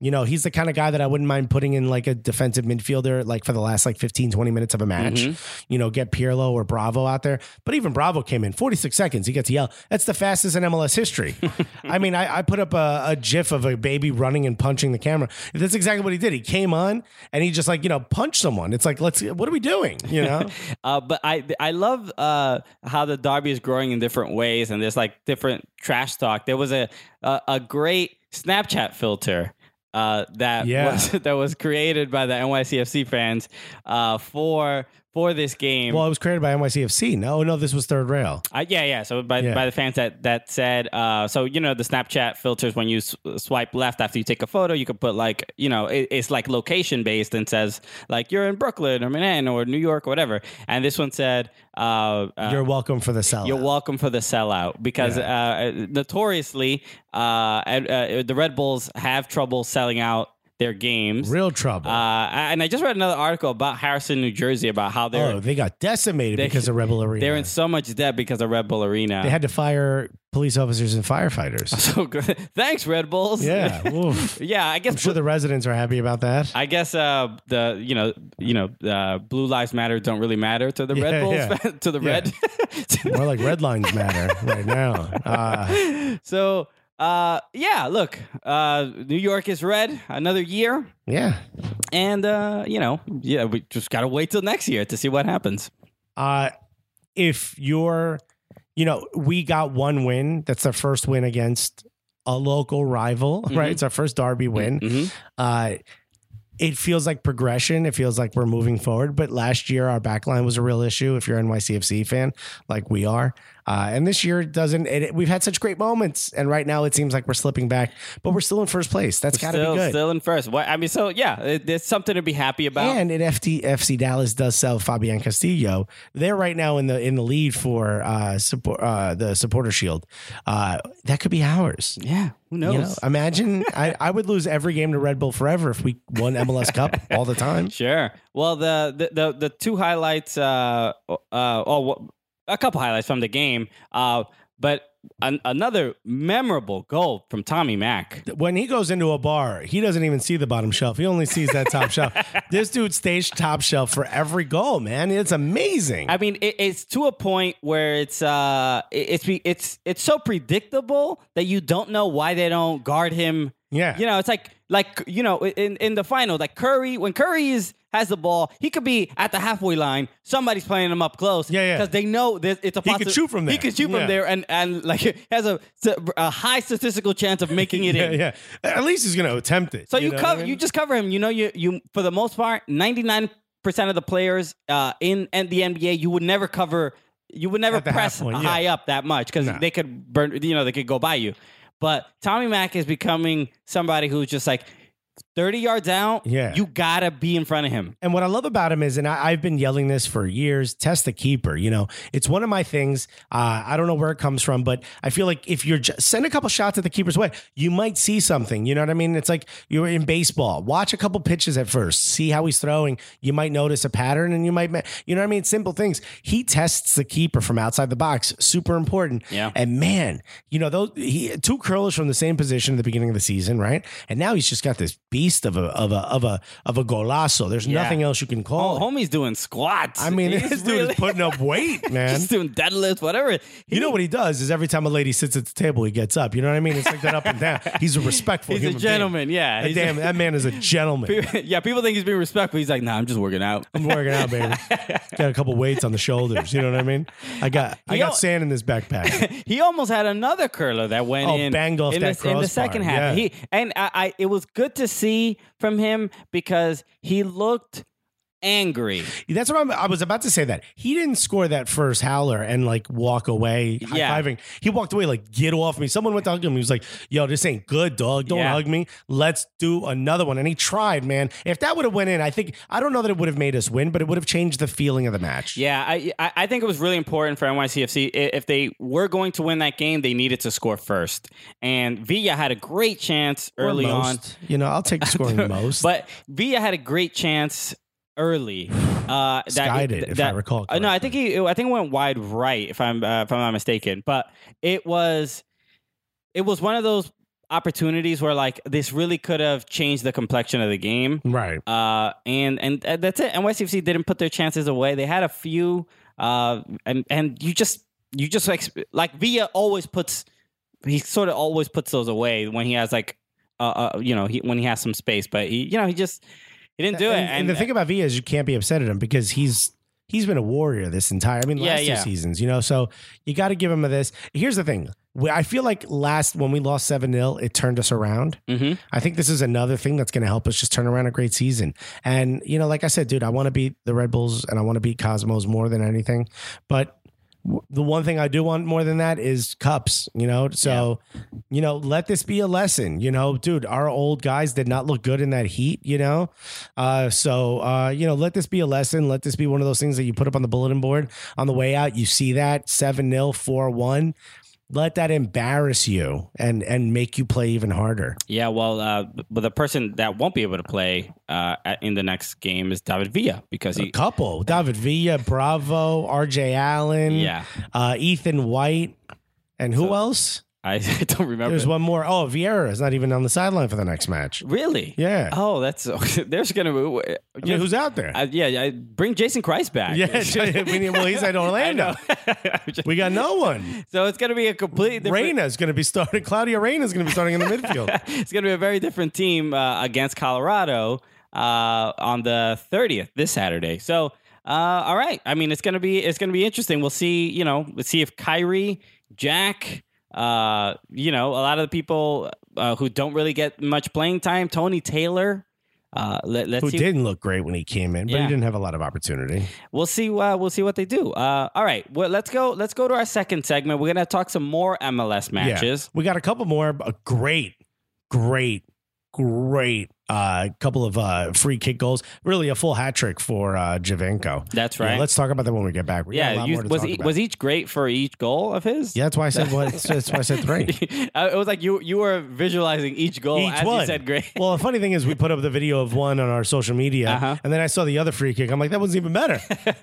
You know, he's the kind of guy that I wouldn't mind putting in like a defensive midfielder, like for the last like 15, 20 minutes of a match. You know, get Pirlo or Bravo out there. But even Bravo came in 46 seconds. He gets a yell. That's the fastest in MLS history. I mean, I, I put up a, a gif of a baby running and punching the camera. That's exactly what he did. He came on and he just like, you know, punched someone. It's like, let's, what are we doing? You know?
Uh, but I I love uh, how the derby is growing in different ways, and there's like different trash talk. There was a a, a great Snapchat filter. Uh, that
Yeah.
was that was created by the NYCFC fans uh, for for this game.
well, it was created by NYCFC. No, no, this was Third Rail.
Uh, yeah, yeah. So by,
Yeah.
by the fans that that said, uh, so you know the Snapchat filters when you s- swipe left after you take a photo, you can put like you know it, it's like location based and says like you're in Brooklyn or Manhattan or New York or whatever. And this one said, uh, uh,
You're welcome for the sell.
you're welcome for the sellout because uh, notoriously, uh, and, uh, the Red Bulls have trouble selling out their games.
Real trouble.
Uh, and I just read another article about Harrison, New Jersey, about how they're
oh, they got decimated
they-
because of Rebel Arena.
they're in so much debt because of Red Bull Arena.
they had to fire police officers and firefighters.
so good. Thanks, Red Bulls.
yeah. oof.
yeah. I guess.
I'm sure the residents are happy about that.
I guess uh, the you know you know uh, blue lives matter don't really matter to the
Yeah,
Red Bulls
yeah.
to the red.
More like red lines matter right now. Uh,
so uh, yeah, look, uh, New York is red another year,
yeah.
and uh, you know yeah we just gotta wait till next year to see what happens.
Uh, if you're, you know, we got one win. That's our first win against a local rival,
Mm-hmm.
right? It's our first Derby win. Uh, it feels like progression. It feels like we're moving forward. But last year, our back line was a real issue. If you're an NYCFC fan, like we are, uh, and this year it doesn't. It, it- we've had such great moments, and right now it seems like we're slipping back. But we're still in first place. That's got to be
Still,
good.
still in first. What I mean, so yeah, it, there's something to be happy about.
And if FC Dallas does sell Fabian Castillo, they're right now in the in the lead for uh, support, uh, the supporter shield. Uh, that could be ours.
yeah, who knows?
You know, imagine I, I would lose every game to Red Bull forever if we won MLS Cup all the time.
Sure. Well, the the the, the two highlights, uh, uh, oh, wh- a couple highlights from the game, uh, but an, another memorable goal from Tommy Mack.
When he goes into a bar, he doesn't even see the bottom shelf. He only sees that top shelf. This dude staged top shelf for every goal, man. It's amazing.
I mean, it, it's to a point where it's uh, it, it's be- it's it's so predictable that you don't know why they don't guard him.
Yeah.
You know, it's like like you know in in the final, like Curry when Curry is. Has the ball, he could be at the halfway line. Somebody's playing him up close,
Yeah, yeah.
because they know there's- it's a.
He could
possi-
shoot from
He
there.
could shoot
Yeah.
from there, and and like has a, a high statistical chance of making it
yeah,
in.
yeah. At least he's going to attempt it.
So you,
know what I
cover,
mean?
you just cover him. You know, you you for the most part, ninety nine percent of the players uh, in and the NBA, you would never cover, you would never
At the half
press
point, yeah.
high up that much because
No.
they could burn. You know, they could go by you. But Tommy Mack is becoming somebody who's just like 30 yards out,
Yeah.
you gotta be in front of him.
And what I love about him is, and I, I've been yelling this for years, test the keeper. You know, it's one of my things. Uh, I don't know where it comes from, but I feel like if you're just, send a couple shots at the keeper's way, you might see something. You know what I mean? It's like you're in baseball. Watch a couple pitches at first, see how he's throwing. You might notice a pattern, and you might, ma- you know what I mean? Simple things. He tests the keeper from outside the box. Super important.
Yeah.
And man, you know those he two curlers from the same position at the beginning of the season, right? And now he's just got this beast of a of a of a of a golazo. There's
Yeah.
nothing else you can
Oh,
call. it.
homie's doing squats.
I mean,
He's
this dude
really-
is putting up weight, man.
He's doing deadlifts, whatever.
You know what he does is every time a lady sits at the table, he gets up. You know what I mean? It's like that up and down. He's a respectful.
He's a
human being.
gentleman, yeah.
That
He's a-
damn, that man is a gentleman.
yeah, people think he's being respectful. He's like, nah, I'm just working out.
I'm working out, baby. Got a couple weights on the shoulders. You know what I mean? I got I
You know-
got sand in this backpack.
He almost had another curler that went
Oh,
in,
banged off
in,
that
the, in the
crossbar,
second half.
yeah.
He and I, I, it was good to see from him because he looked angry.
That's what I'm, I was about to say. That he didn't score that first howler and like walk away high
Yeah.
fiving. He walked away like get off me. Someone went to hug him. He was like, "Yo, this ain't good, dog. Don't
Yeah.
hug me. Let's do another one." And he tried, man. If that would have went in, I think I don't know that it would have made us win, but it would have changed the feeling of the match.
Yeah, I, I I think it was really important for NYCFC. I- If they were going to win that game, they needed to score first. And Villa had a great chance
Or
early on.
most. You know, I'll take scoring the most.
But Villa had a great chance early. Uh, that,
Skied it, if I recall
Uh, no, I think he. I think it went wide right, if I'm uh, if I'm not mistaken. But it was, it was one of those opportunities where like this really could have changed the complexion of the game.
right.
Uh, and and uh, that's it. NYCFC didn't put their chances away. They had a few. Uh, and and you just you just like like Villa always puts he sort of always puts those away when he has like uh, uh you know he when he has some space, but he you know he just he didn't do it.
And, and the thing about Villa is you can't be upset at him because he's he's been a warrior this entire. I mean, last
Yeah,
two
yeah.
seasons, you know. So you got to give him a this. Here's the thing. We- I feel like last when we lost seven 0 it turned us around.
Mhm.
I think this is another thing that's going to help us just turn around a great season. And you know, like I said, dude, I want to beat the Red Bulls and I want to beat Cosmos more than anything. But w- the one thing I do want more than that is cups. You know, so you know, let this be a lesson. You know, dude, our old guys did not look good in that heat. You know, uh, so uh, you know, let this be a lesson. Let this be one of those things that you put up on the bulletin board on the way out. You see that seven 0 four one. Let that embarrass you and and make you play even harder.
yeah, well, uh, but the person that won't be able to play uh at- in the next game is David Villa because
A
he
couple: David Villa, Bravo, R.J. Allen,
yeah
uh, Ethan White, and who else?
I, I don't remember
There's one more. Oh, Vieira is not even on the sideline for the next match.
really
Yeah,
oh that's there's gonna I
I mean, who's out there?
yeah, yeah bring Jason Christ back
yeah, we need- well, he's at Orlando. We got no one.
So it's going to be a completely different.
Reina is going to be starting. Claudia Reina is going to be starting in the midfield.
It's going to be a very different team uh, against Colorado uh, on the 30th this Saturday. So, uh, all right. I mean, it's going to be it's going to be interesting. We'll see. You know, let's see if Kyrie, Jack, uh, you know, a lot of the people uh, who don't really get much playing time, Tony Taylor. Uh, let, us
Who
see.
didn't look great when he came in, but
Yeah.
he didn't have a lot of opportunity.
We'll see. Uh, we'll see what they do. Uh, all right. Well, let's go. Let's go to our second segment. We're gonna talk some more MLS matches.
Yeah. We got a couple more. but great, great, great. Uh, couple of uh, free kick goals. Really, a full hat trick for uh, Javenko.
That's
Yeah,
right.
let's talk about that when we get back. We got a
Yeah,
lot
you,
more to
was
talk
e-
about.
was each great for each goal of his?
Yeah, that's why I said one. that's why I said three.
Uh, it was like you you were visualizing each goal
Each
as
one.
you said great.
Well, the funny thing is, we put up the video of one on our social media,
Uh-huh.
and then I saw the other free kick. I'm like, that one's even better.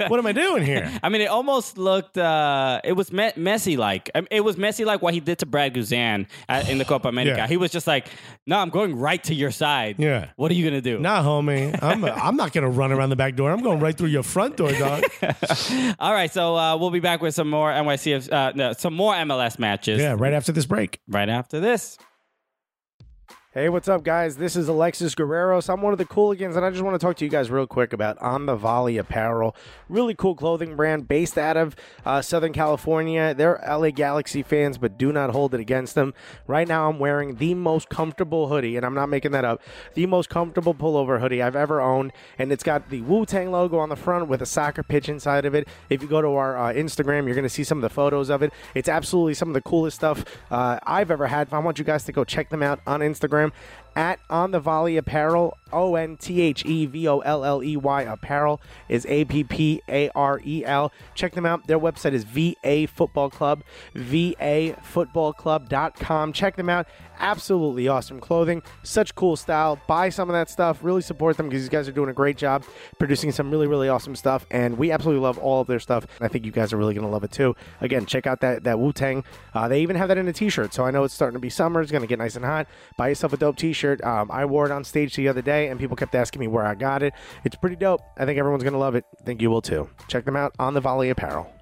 what am I doing here?
I mean, it almost looked. Uh, it was me- messy like. I mean, it was messy like what he did to Brad Guzan at, in the Copa America.
Yeah.
He was just like, "No, I'm going right to your side.
Yeah.
What are you gonna do?"
Nah, homie, I'm I'm not gonna run around the back door. I'm going right through your front door, dog.
All right, so uh, we'll be back with some more NYCF, uh, no, some more MLS matches
Yeah, right after this break.
right after this.
Hey, what's up, guys? This is Alexis Guerreros. I'm one of the Cooligans, and I just want to talk to you guys real quick about On the Volley Apparel. Really cool clothing brand based out of uh, Southern California. They're LA Galaxy fans, but do not hold it against them. Right now, I'm wearing the most comfortable hoodie, and I'm not making that up. The most comfortable pullover hoodie I've ever owned, and it's got the Wu Tang logo on the front with a soccer pitch inside of it. If you go to our uh, Instagram, you're going to see some of the photos of it. It's absolutely some of the coolest stuff uh, I've ever had. I want you guys to go check them out on Instagram at On the Volley Apparel. O N T H E V O L L E Y Apparel is A P P A R E L. Check them out. Their website is VA Football Club, VAFootballClub.com. Check them out. Absolutely awesome clothing. Such cool style. Buy some of that stuff. Really support them because these guys are doing a great job producing some really, really awesome stuff. And we absolutely love all of their stuff. And I think you guys are really going to love it too. Again, check out that, that Wu Tang. Uh, they even have that in a t shirt. So I know it's starting to be summer. It's going to get nice and hot. Buy yourself a dope t shirt. Um, I wore it on stage the other day and people kept asking me where I got it. It's pretty dope. I think everyone's going to love it. I think you will too. Check them out on the Volley Apparel.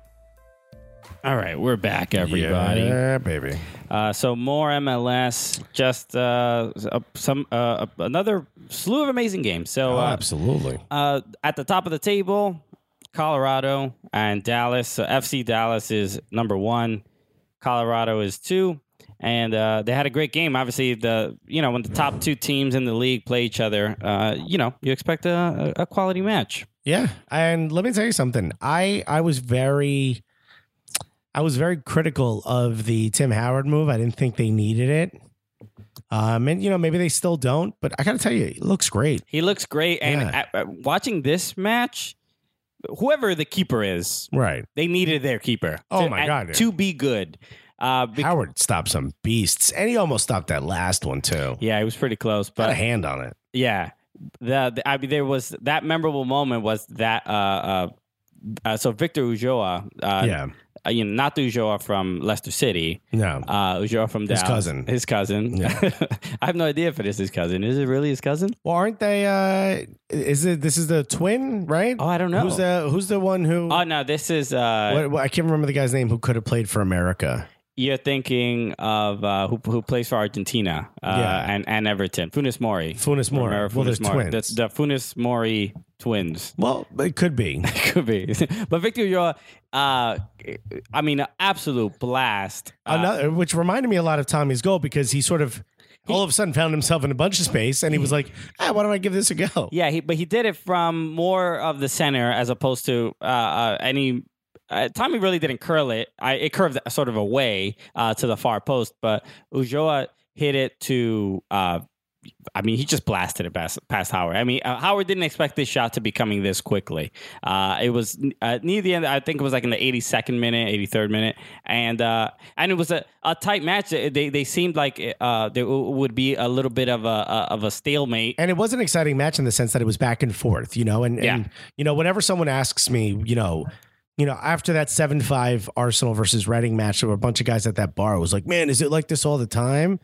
All right, we're back, everybody.
Yeah, baby.
Uh, so more MLS, just uh, uh, some uh, another slew of amazing games.
Oh,
So uh,
absolutely.
uh, at the top of the table, Colorado and Dallas. So FC Dallas is number one. Colorado is two, and uh, they had a great game. Obviously, the you know when the top two teams in the league play each other, uh, you know you expect a, a quality match.
Yeah, and let me tell you something. I I was very I was very critical of the Tim Howard move. I didn't think they needed it. Um, and you know maybe they still don't, but I gotta tell you, it looks great.
He looks great, and
Yeah.
at- at watching this match, whoever the keeper is,
Right,
They needed their keeper.
Oh,
to-
my
at-
God, dude.
to be good. Uh, be-
Howard stopped some beasts, and he almost stopped that last one too.
yeah, it was pretty close,
Got a
but
hand on it.
yeah, the, the- I mean, there was that memorable moment was that uh, uh, uh, so Victor Ujoa, uh,
yeah,
uh, you know, not the Ujoa from Leicester City,
no,
uh, Ujoa from
His
Dallas,
cousin.
his cousin.
Yeah.
I have no idea if it is his cousin. Is it really his cousin?
Well, aren't they? Uh, is it this is the twin, right?
Oh, I don't know.
Who's the Who's the one who?
Oh no, this is uh,
what, what- I can't remember the guy's name who could have played for America.
you're thinking of uh, who, who plays for Argentina uh,
Yeah.
and, and Everton, Funes Mori.
Funes Mori.
Romero,
Well,
Funes
there's
Mori.
twins.
The, the Funes Mori twins
Well, it could be.
could be, but Victor Ulloa, uh, I mean, an absolute blast. Uh,
Another, which reminded me a lot of Tommy's goal because he sort of all of a sudden found himself in a bunch of space and he was like, ah, why don't I give this a go?
yeah, he, but he did it from more of the center as opposed to uh, uh, any. Uh, Tommy really didn't curl it. I, it curved sort of away uh, to the far post, but Ulloa hit it to. Uh, I mean, he just blasted it past, past Howard. I mean, uh, Howard didn't expect this shot to be coming this quickly. Uh, it was uh, near the end. I think it was like in the 82nd minute, 83rd minute, and uh, and it was a, a tight match. They they seemed like uh, there w- would be a little bit of a, a of a stalemate.
And it was an exciting match in the sense that it was back and forth, you know, and,
Yeah.
and you know, whenever someone asks me, you know, you know, after that seven five Arsenal versus Reading match, there were a bunch of guys at that bar who was like, "Man, is it like this all the time?"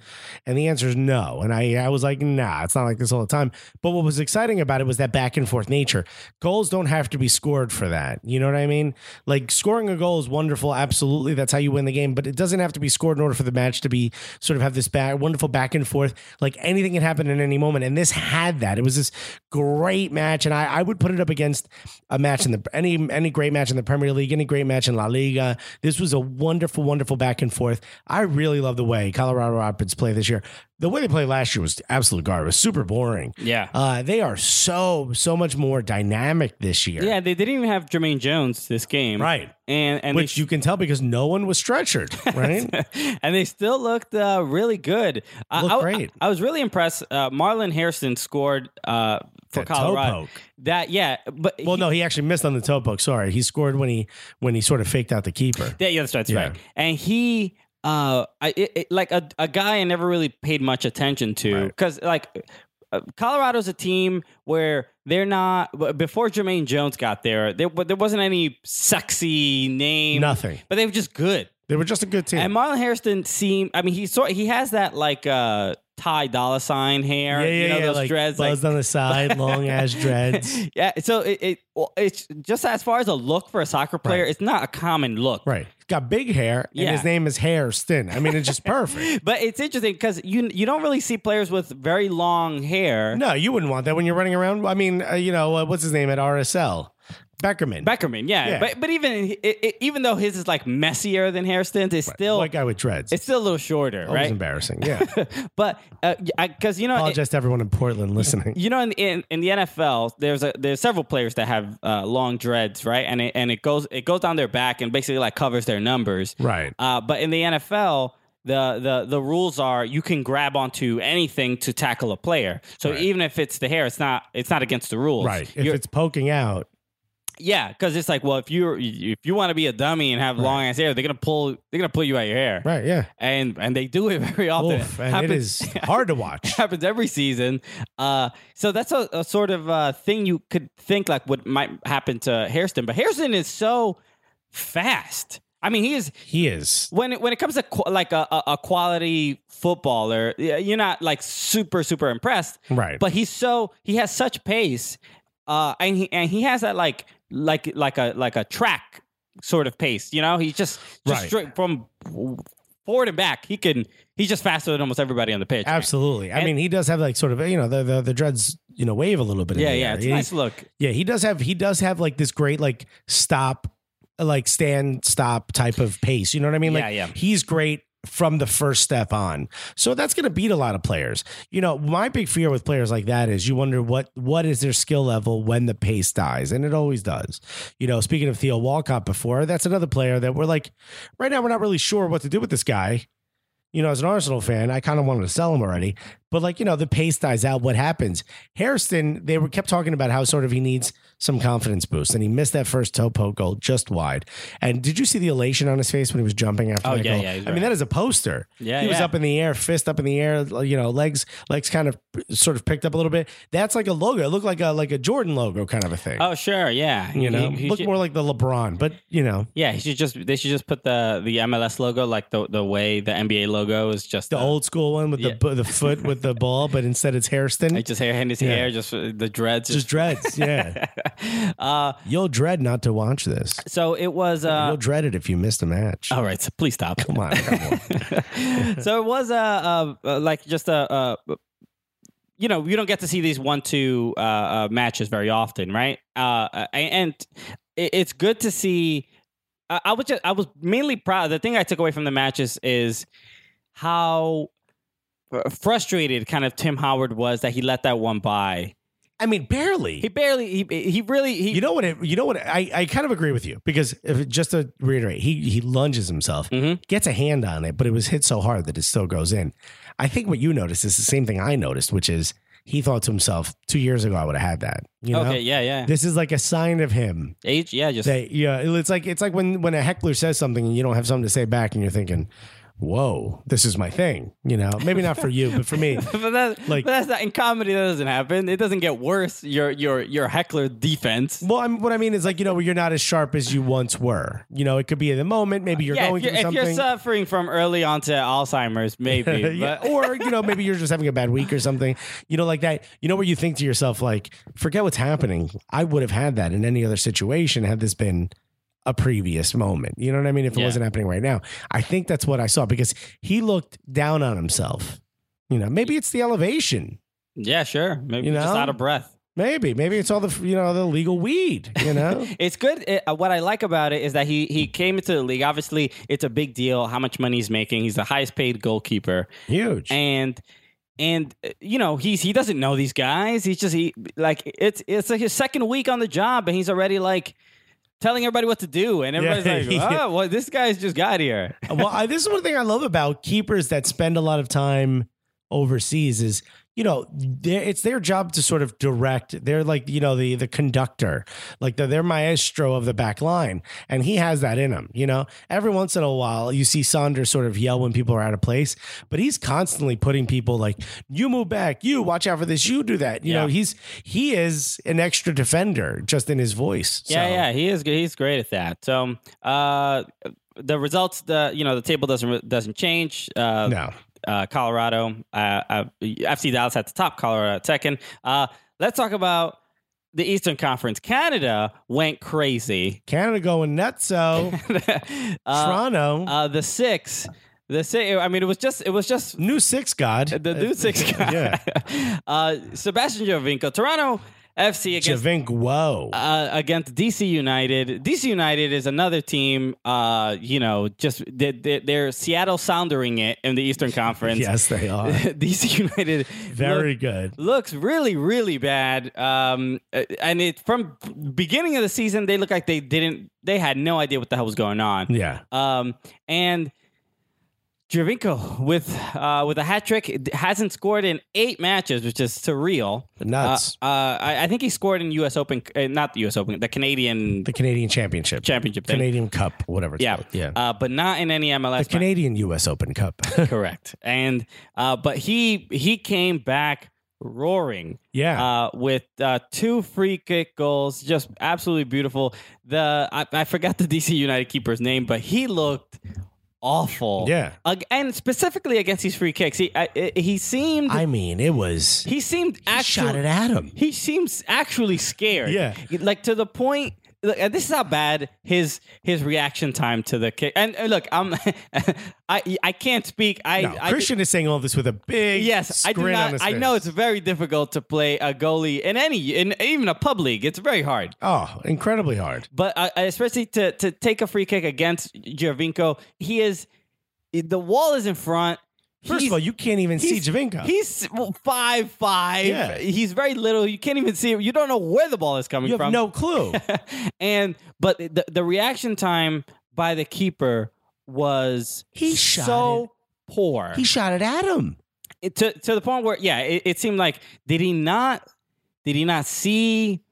And the answer is no. And I, I was like, "Nah, it's not like this all the time." But what was exciting about it was that back and forth nature. Goals don't have to be scored for that. You know what I mean? Like scoring a goal is wonderful. Absolutely, that's how you win the game. But it doesn't have to be scored in order for the match to be sort of have this back, wonderful back and forth. Like anything can happen in any moment. And this had that. It was this great match, and I, I would put it up against a match in the any any great match in the Premier League, any great match in La Liga. This was a wonderful, wonderful back and forth. I really love the way Colorado Rapids play this year. The way they played last year was absolute garbage, super boring.
Yeah.
Uh, they are so so much more dynamic this year.
Yeah, they didn't even have Jermaine Jones this game,
Right.
And and
Which
they,
you can tell because no one was stretchered, right?
and they still looked uh, really good. Uh,
Looked
I,
great.
I, I was really impressed. Uh, Marlon Harrison scored uh, for
That toe
Colorado.
poke.
That yeah, but
well, no, he actually missed on the toe poke. Sorry, he scored when he when he sort of faked out the keeper.
Yeah, yeah, that's right. That's
Yeah.
right. And he, uh, I, it, it- like a, a guy I never really paid much attention to because like uh, Colorado's a team where they're not. b- Before Jermaine Jones got there, there but there wasn't any sexy name,
Nothing.
But they were just good.
They were just a good team.
And Marlon Harrison seemed. I mean, he sort he has that like uh Ty Dolla Sign hair. you know those
like
dreads. like-
buzzed on the side, long ass dreads.
yeah, so it, it well, it's just as far as a look for a soccer player, it's not a common look.
Right. He's got big hair, and
Yeah.
his name is Hairston. I mean, it's just perfect.
But it's interesting because you you don't really see players with very long hair.
no, you wouldn't want that when you're running around. I mean, uh, you know, uh, what's his name at RSL? Beckerman.
Beckerman, yeah.
Yeah.
but but even it, it, even though his is like messier than Hairston's, it's still
White guy with dreads.
it's still a little shorter,
uh, Always
right?
embarrassing. Yeah.
But uh, because you know, it-
Apologize to everyone in Portland listening.
you know, in, in in the NFL, there's a there's several players that have uh, long dreads, right? And it and it goes it goes down their back and basically like covers their numbers,
Right.
Uh, but in the NFL, the the the rules are you can grab onto anything to tackle a player. So even if it's the hair, it's not it's not against the rules.
Right. If
You're-
it's poking out,
yeah, because it's like, well, if you if you want to be a dummy and have long ass hair, they're gonna pull they're gonna pull you out your hair.
right? Yeah.
And and they do it very often.
Oof, and it is
Happens-
hard to watch.
happens every season. Uh, so that's a, a sort of uh, thing you could think like what might happen to Hairston, but Hairston is so fast. I mean, he is
He is.
when it, when it comes to qu- like a, a, a quality footballer, y- you're not like super super impressed,
Right.
But he's so he has such pace, uh, and he and he has that like like like a like a track sort of pace. You know, he's just just
Right.
straight from forward and back. He can he's just faster than almost everybody on the pitch. man.
Absolutely. I
And-
mean, he does have like sort of you know the the, the dreads you know wave a little bit. in
Yeah,
the
yeah,
air.
it's a
He-
nice look.
Yeah, he does have he does have like this great like stop, like stand stop type of pace. You know what I mean? Like
Yeah, yeah.
he's great from the first step on. So that's going to beat a lot of players. You know, my big fear with players like that is you wonder what what is their skill level when the pace dies, and it always does. You know, speaking of Theo Walcott before, that's another player that we're like, right now we're not really sure what to do with this guy. You know, as an Arsenal fan, I kind of wanted to sell him already, but like you know, the pace dies out. What happens? Hairston, they were kept talking about how sort of he needs some confidence boost, and he missed that first toe poke goal just wide. And did you see the elation on his face when he was jumping after
Oh,
that
yeah,
goal?
yeah,
I
he's
mean,
right.
that is a poster.
Yeah,
he was
yeah.
up in the air, fist up in the air, you know, legs legs kind of sort of picked up a little bit. That's like a logo. It looked like a like a Jordan logo kind of a thing.
Oh sure, yeah.
you know,
He- he
looked
should-
more like the LeBron, but you know,
yeah, he should just they should just put the the MLS logo like the the way the NBA logo is just
the old school one with
Uh, yeah.
the the the foot with the ball, but instead it's Hairston.
I just hair and his
Yeah.
hair, just uh, the dreads.
just
Just,
dreads, yeah.
uh,
You'll dread not to watch this.
so it was. Uh, oh,
You'll dread it if you missed a match.
all right, so please stop.
Come on, come on.
so it was a uh, uh, like just a. Uh, you know, you don't get to see these one-two uh, uh, matches very often, right? Uh, a- and it- it's good to see. I I was just, I was mainly proud. The thing I took away from the matches is how frustrated kind of Tim Howard was that he let that one by.
I mean, barely.
He barely. He he really. He,
you know what? It, you know what? I, I kind of agree with you because if, just to reiterate, he he lunges himself,
Mm-hmm.
gets a hand on it, but it was hit so hard that it still goes in. I think what you noticed is the same thing I noticed, which is he thought to himself, two years ago I would have had that. You know,
okay. Yeah. Yeah.
this is like a sign of him
Age. Yeah. Just.
that yeah, it's like it's like when when a heckler says something and you don't have something to say back, and you're thinking, whoa, this is my thing. You know, maybe not for you, but for me.
but, that,
Like-
but that's not in comedy. That doesn't happen. It doesn't get worse. Your your your heckler defense.
Well, I'm, what I mean is like you know you're not as sharp as you once were. You know, it could be in the moment. Maybe you're
yeah,
going
if, you're,
through
if
something.
you're suffering from early onset Alzheimer's, maybe.
Yeah,
but,
or you know maybe you're just having a bad week or something you know like that you know where you think to yourself like forget what's happening i would have had that in any other situation had this been a previous moment you know what i mean if it
Yeah.
wasn't happening right now i think that's what i saw because he looked down on himself you know maybe it's the elevation
yeah, sure. Maybe
You
you're just
know?
out of breath.
maybe maybe it's all the you know the legal weed you know
It's good. It, uh, what I like about it is that he he came into the league. Obviously, it's a big deal how much money he's making. He's the highest paid goalkeeper.
huge
and and uh, you know he's he doesn't know these guys he's just he like it's it's like his second week on the job and he's already like telling everybody what to do and everybody's like
Yeah.
oh well this guy's just got here
well, I, this is one thing I love about keepers that spend a lot of time overseas is you know they're- it's their job to sort of direct they're like you know the the conductor like they're, they're maestro of the back line and he has that in him you know every once in a while you see saunders sort of yell when people are out of place but he's constantly putting people like you move back you watch out for this you do that you know
Yeah.
he's he is an extra defender just in his voice
yeah
So-
yeah he is he's great at that so uh the results the you know the table doesn't re- doesn't change uh
no
uh, Colorado. Uh, uh, FC Dallas at the top, Colorado at second. Uh, let's talk about the Eastern Conference. Canada went crazy.
canada going nuts so
Uh,
toronto
uh, the six, the six. I mean, it was just, it was just
New six god.
the dude six guy. Uh, Sebastian Jovinko, Toronto FC against
Javink, whoa.
uh, against DC United. DC United is another team. Uh, you know, just they, they, they're Seattle soundering it in the Eastern Conference.
yes, they are.
DC United
Very
look-
good.
looks really really bad. Um, uh, and it from beginning of the season they look like they didn't they had no idea what the hell was going on.
Yeah.
Um, and Jervinko Um, with uh, with a hat trick It hasn't scored in eight matches, which is surreal.
Nuts.
Uh, uh, I, I think he scored in U.S. Open, uh, not the U.S. Open, the Canadian
The Canadian Championship.
Championship thing.
Canadian Cup, whatever it's
Yeah,
called. Yeah.
Uh, but not in any MLS. match.
Canadian US Open Cup.
Correct. And uh, but he he came back roaring.
Yeah.
Uh, with uh, two free kick goals, just absolutely beautiful. The I, I forgot the DC United keeper's name, but he looked awful.
Yeah.
Ag- and specifically against these free kicks, he I, I- he seemed
I mean, it was
he seemed
he
actually
shot it at him.
he seems actually scared.
Yeah.
like to the point. Look, and this is how bad his his reaction time to the kick. And uh, look, I'm I I can't speak. I,
No,
I
Christian is saying all this with a big
yes, I do
grin on
not.
his
I
face.
know it's very difficult to play a goalie in any in even a pub league. It's very hard.
Oh, incredibly hard.
But uh, especially to to take a free kick against Jervinko, he is the wall is in front.
First
He's-
of all, you can't even see
he's-
Javinka.
He's well, five five.
Yeah.
He's very little. You can't even see him. You don't know where the ball is coming
You have
from.
no clue.
and but the the reaction time by the keeper was
He shot
so poor
he shot it at him.
It- to to the point where yeah, it, it seemed like did he not did he not see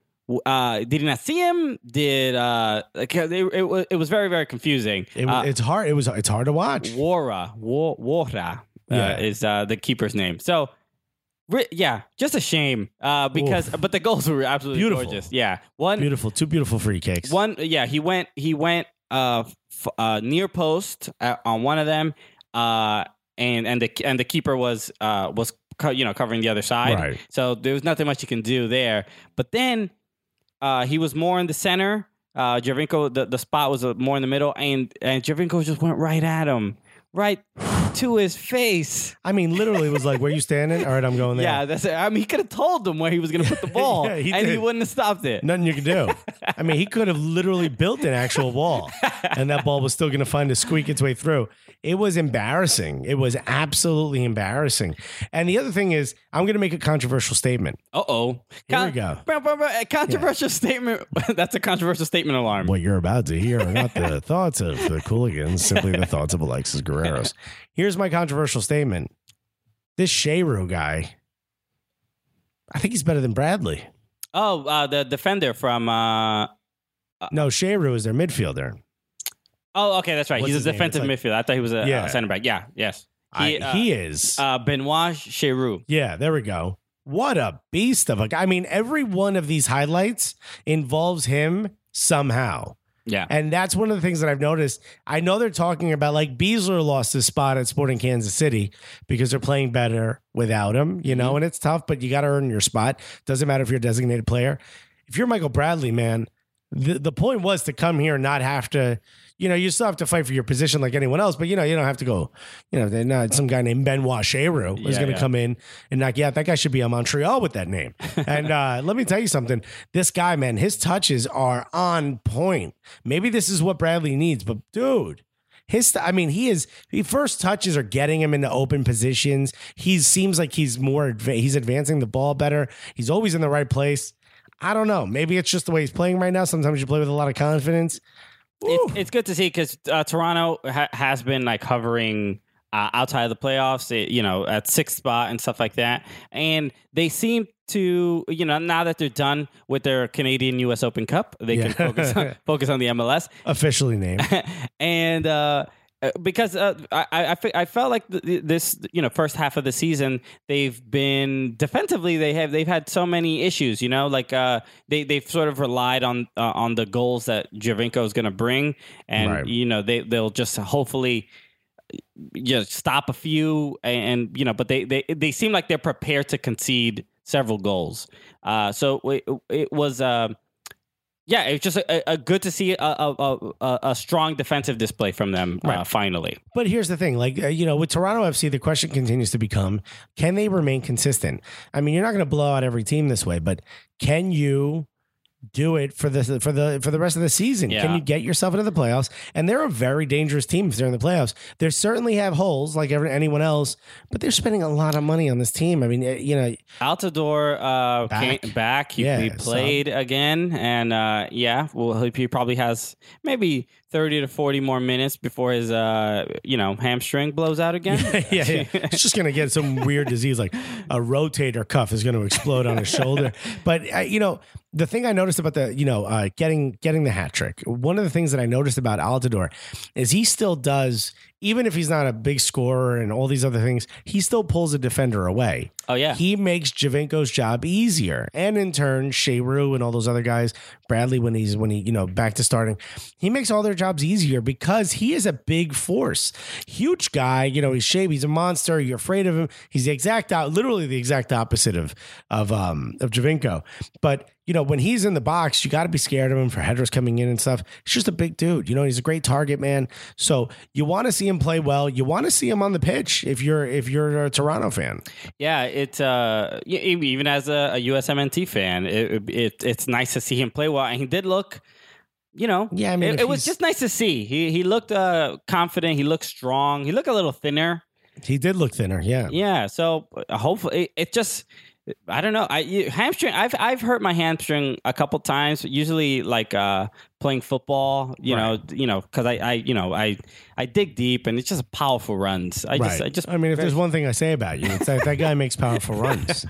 uh did he not see him did uh like, it, it, was- it was very very confusing
It,
uh,
it's hard. It was. It's hard to watch.
Wara, Wa- Wara uh,
Yeah.
is uh, the keeper's name. So, re- yeah, just a shame uh, because but the goals were absolutely
Beautiful.
gorgeous. Yeah, one
Beautiful. Two beautiful free kicks.
one yeah he went he went uh, f- uh near post uh, on one of them uh and and the and the keeper was uh was co- you know covering the other side.
Right.
So there was nothing much you can do there. But then uh, he was more in the center. Uh, Javinko, the, the spot was uh, more in the middle, and and Javinko just went right at him, right to his face.
I mean, literally, it was like, "Where you standing?" All right, I'm going there.
Yeah, that's. it. I mean, he could have told him where he was going to put the ball,
Yeah, he
and he
did.
wouldn't have stopped it.
Nothing you can do. I mean, he could have literally built an actual wall, and that ball was still going to find a squeak its way through. It was embarrassing. It was absolutely embarrassing. And the other thing is, I'm going to make a controversial statement.
Uh oh.
Here we go.
Controversial statement. That's a controversial statement alarm.
What you're about to hear are not the thoughts of the Cooligans, simply the thoughts of Alexis Guerreros. Here's my controversial statement. This Shayru guy, I think he's better than Bradley.
Oh, uh, the defender from. Uh,
No, Shayru is their midfielder.
oh, okay, that's right.
What's
He's
his
a
name? It's
defensive
like-
midfielder. I thought he was a
Yeah.
uh, center back. Yeah, yes.
I-
uh,
he is.
uh, Benoit Cheru.
Yeah, there we go. What a beast of a guy. I mean, every one of these highlights involves him somehow.
Yeah.
And that's one of the things that I've noticed. I know they're talking about like Beasler lost his spot at Sporting Kansas City because they're playing better without him, you know, and it's tough, but you got to earn your spot. Doesn't matter if you're a designated player. If you're Michael Bradley, man, the, the point was to come here and not have to, you know, you still have to fight for your position like anyone else, but you know, you don't have to go, you know, they're not some guy named Benoit Cheru is
Yeah,
going to
yeah.
come in and knock you out. That guy should be on Montreal with that name. and uh, let me tell you something. This guy, man, his touches are on point. Maybe this is what Bradley needs, but dude, his, I mean, he is, he first touches are getting him into open positions. He seems like he's more, adva- he's advancing the ball better. He's always in the right place. I don't know. Maybe it's just the way he's playing right now. Sometimes you play with a lot of confidence.
It's, it's good to see because uh, Toronto ha- has been like hovering uh, outside of the playoffs, eh, you know, at sixth spot and stuff like that. And they seem to, you know, now that they're done with their Canadian U.S. Open Cup, they
Yeah.
can focus on, focus on the MLS.
Officially named.
and uh, uh, because uh, I, I- I, fe- I felt like th- th- this you know first half of the season they've been defensively they have they've had so many issues you know like uh, they they've sort of relied on uh, on the goals that Javinko is going to bring and
Right.
you know they they'll just hopefully just stop a few and, and, you know but they, they they seem like they're prepared to concede several goals uh so it, it was um yeah it was just a, a- a good to see a, a, a- a, a strong defensive display from them uh, finally
But here's the thing, like uh, you know, with Toronto FC, the question continues to become: Can they remain consistent? I mean, you're not going to blow out every team this way, but can you do it for the for the for the rest of the season? Can
Yeah.
you get yourself into the playoffs? And they're a very dangerous team if they're in the playoffs. They certainly have holes like every, anyone else, but they're spending a lot of money on this team. I mean, uh, you know,
Altador uh,
Back.
came back. He,
Yeah,
he
so-
played again, and uh, yeah, well, he, he probably has maybe thirty to forty more minutes before his uh you know hamstring blows out again.
yeah, yeah. It's just going to get some weird disease, like a rotator cuff is going to explode on his shoulder. But I, you know, the thing I noticed about the, you know, uh, getting getting the hat trick. One of the things that I noticed about Altidore is he still does, even if he's not a big scorer and all these other things, he still pulls a defender away.
Oh, yeah.
he makes Javinko's job easier, and in turn, Sheru and all those other guys, Bradley when he's when he you know back to starting, he makes all their jobs easier because he is a big force, huge guy. You know he's shape, he's a monster. You're afraid of him. He's the exact out, literally the exact opposite of of um of Javinko. But you know when he's in the box, you got to be scared of him for headers coming in and stuff. He's just a big dude. You know he's a great target man. So you want to see him play well. You want to see him on the pitch if you're if you're a Toronto fan.
yeah, it's uh e- e- even as a, a USMNT fan, it, it it's nice to see him play well, and he did look. You know,
Yeah, I mean,
it,
if
it
he's-
was just nice to see. He he looked uh, confident. He looked strong. He looked a little thinner.
He did look thinner. Yeah.
Yeah. So uh, hopefully, it, it just. I don't know. I you, hamstring. I've I've hurt my hamstring a couple times. Usually, like uh, playing football. You know, you know, because I, I you know I I dig deep and it's just powerful runs. I just I just
mean, if there's one thing I say about you, it's that that guy makes powerful runs.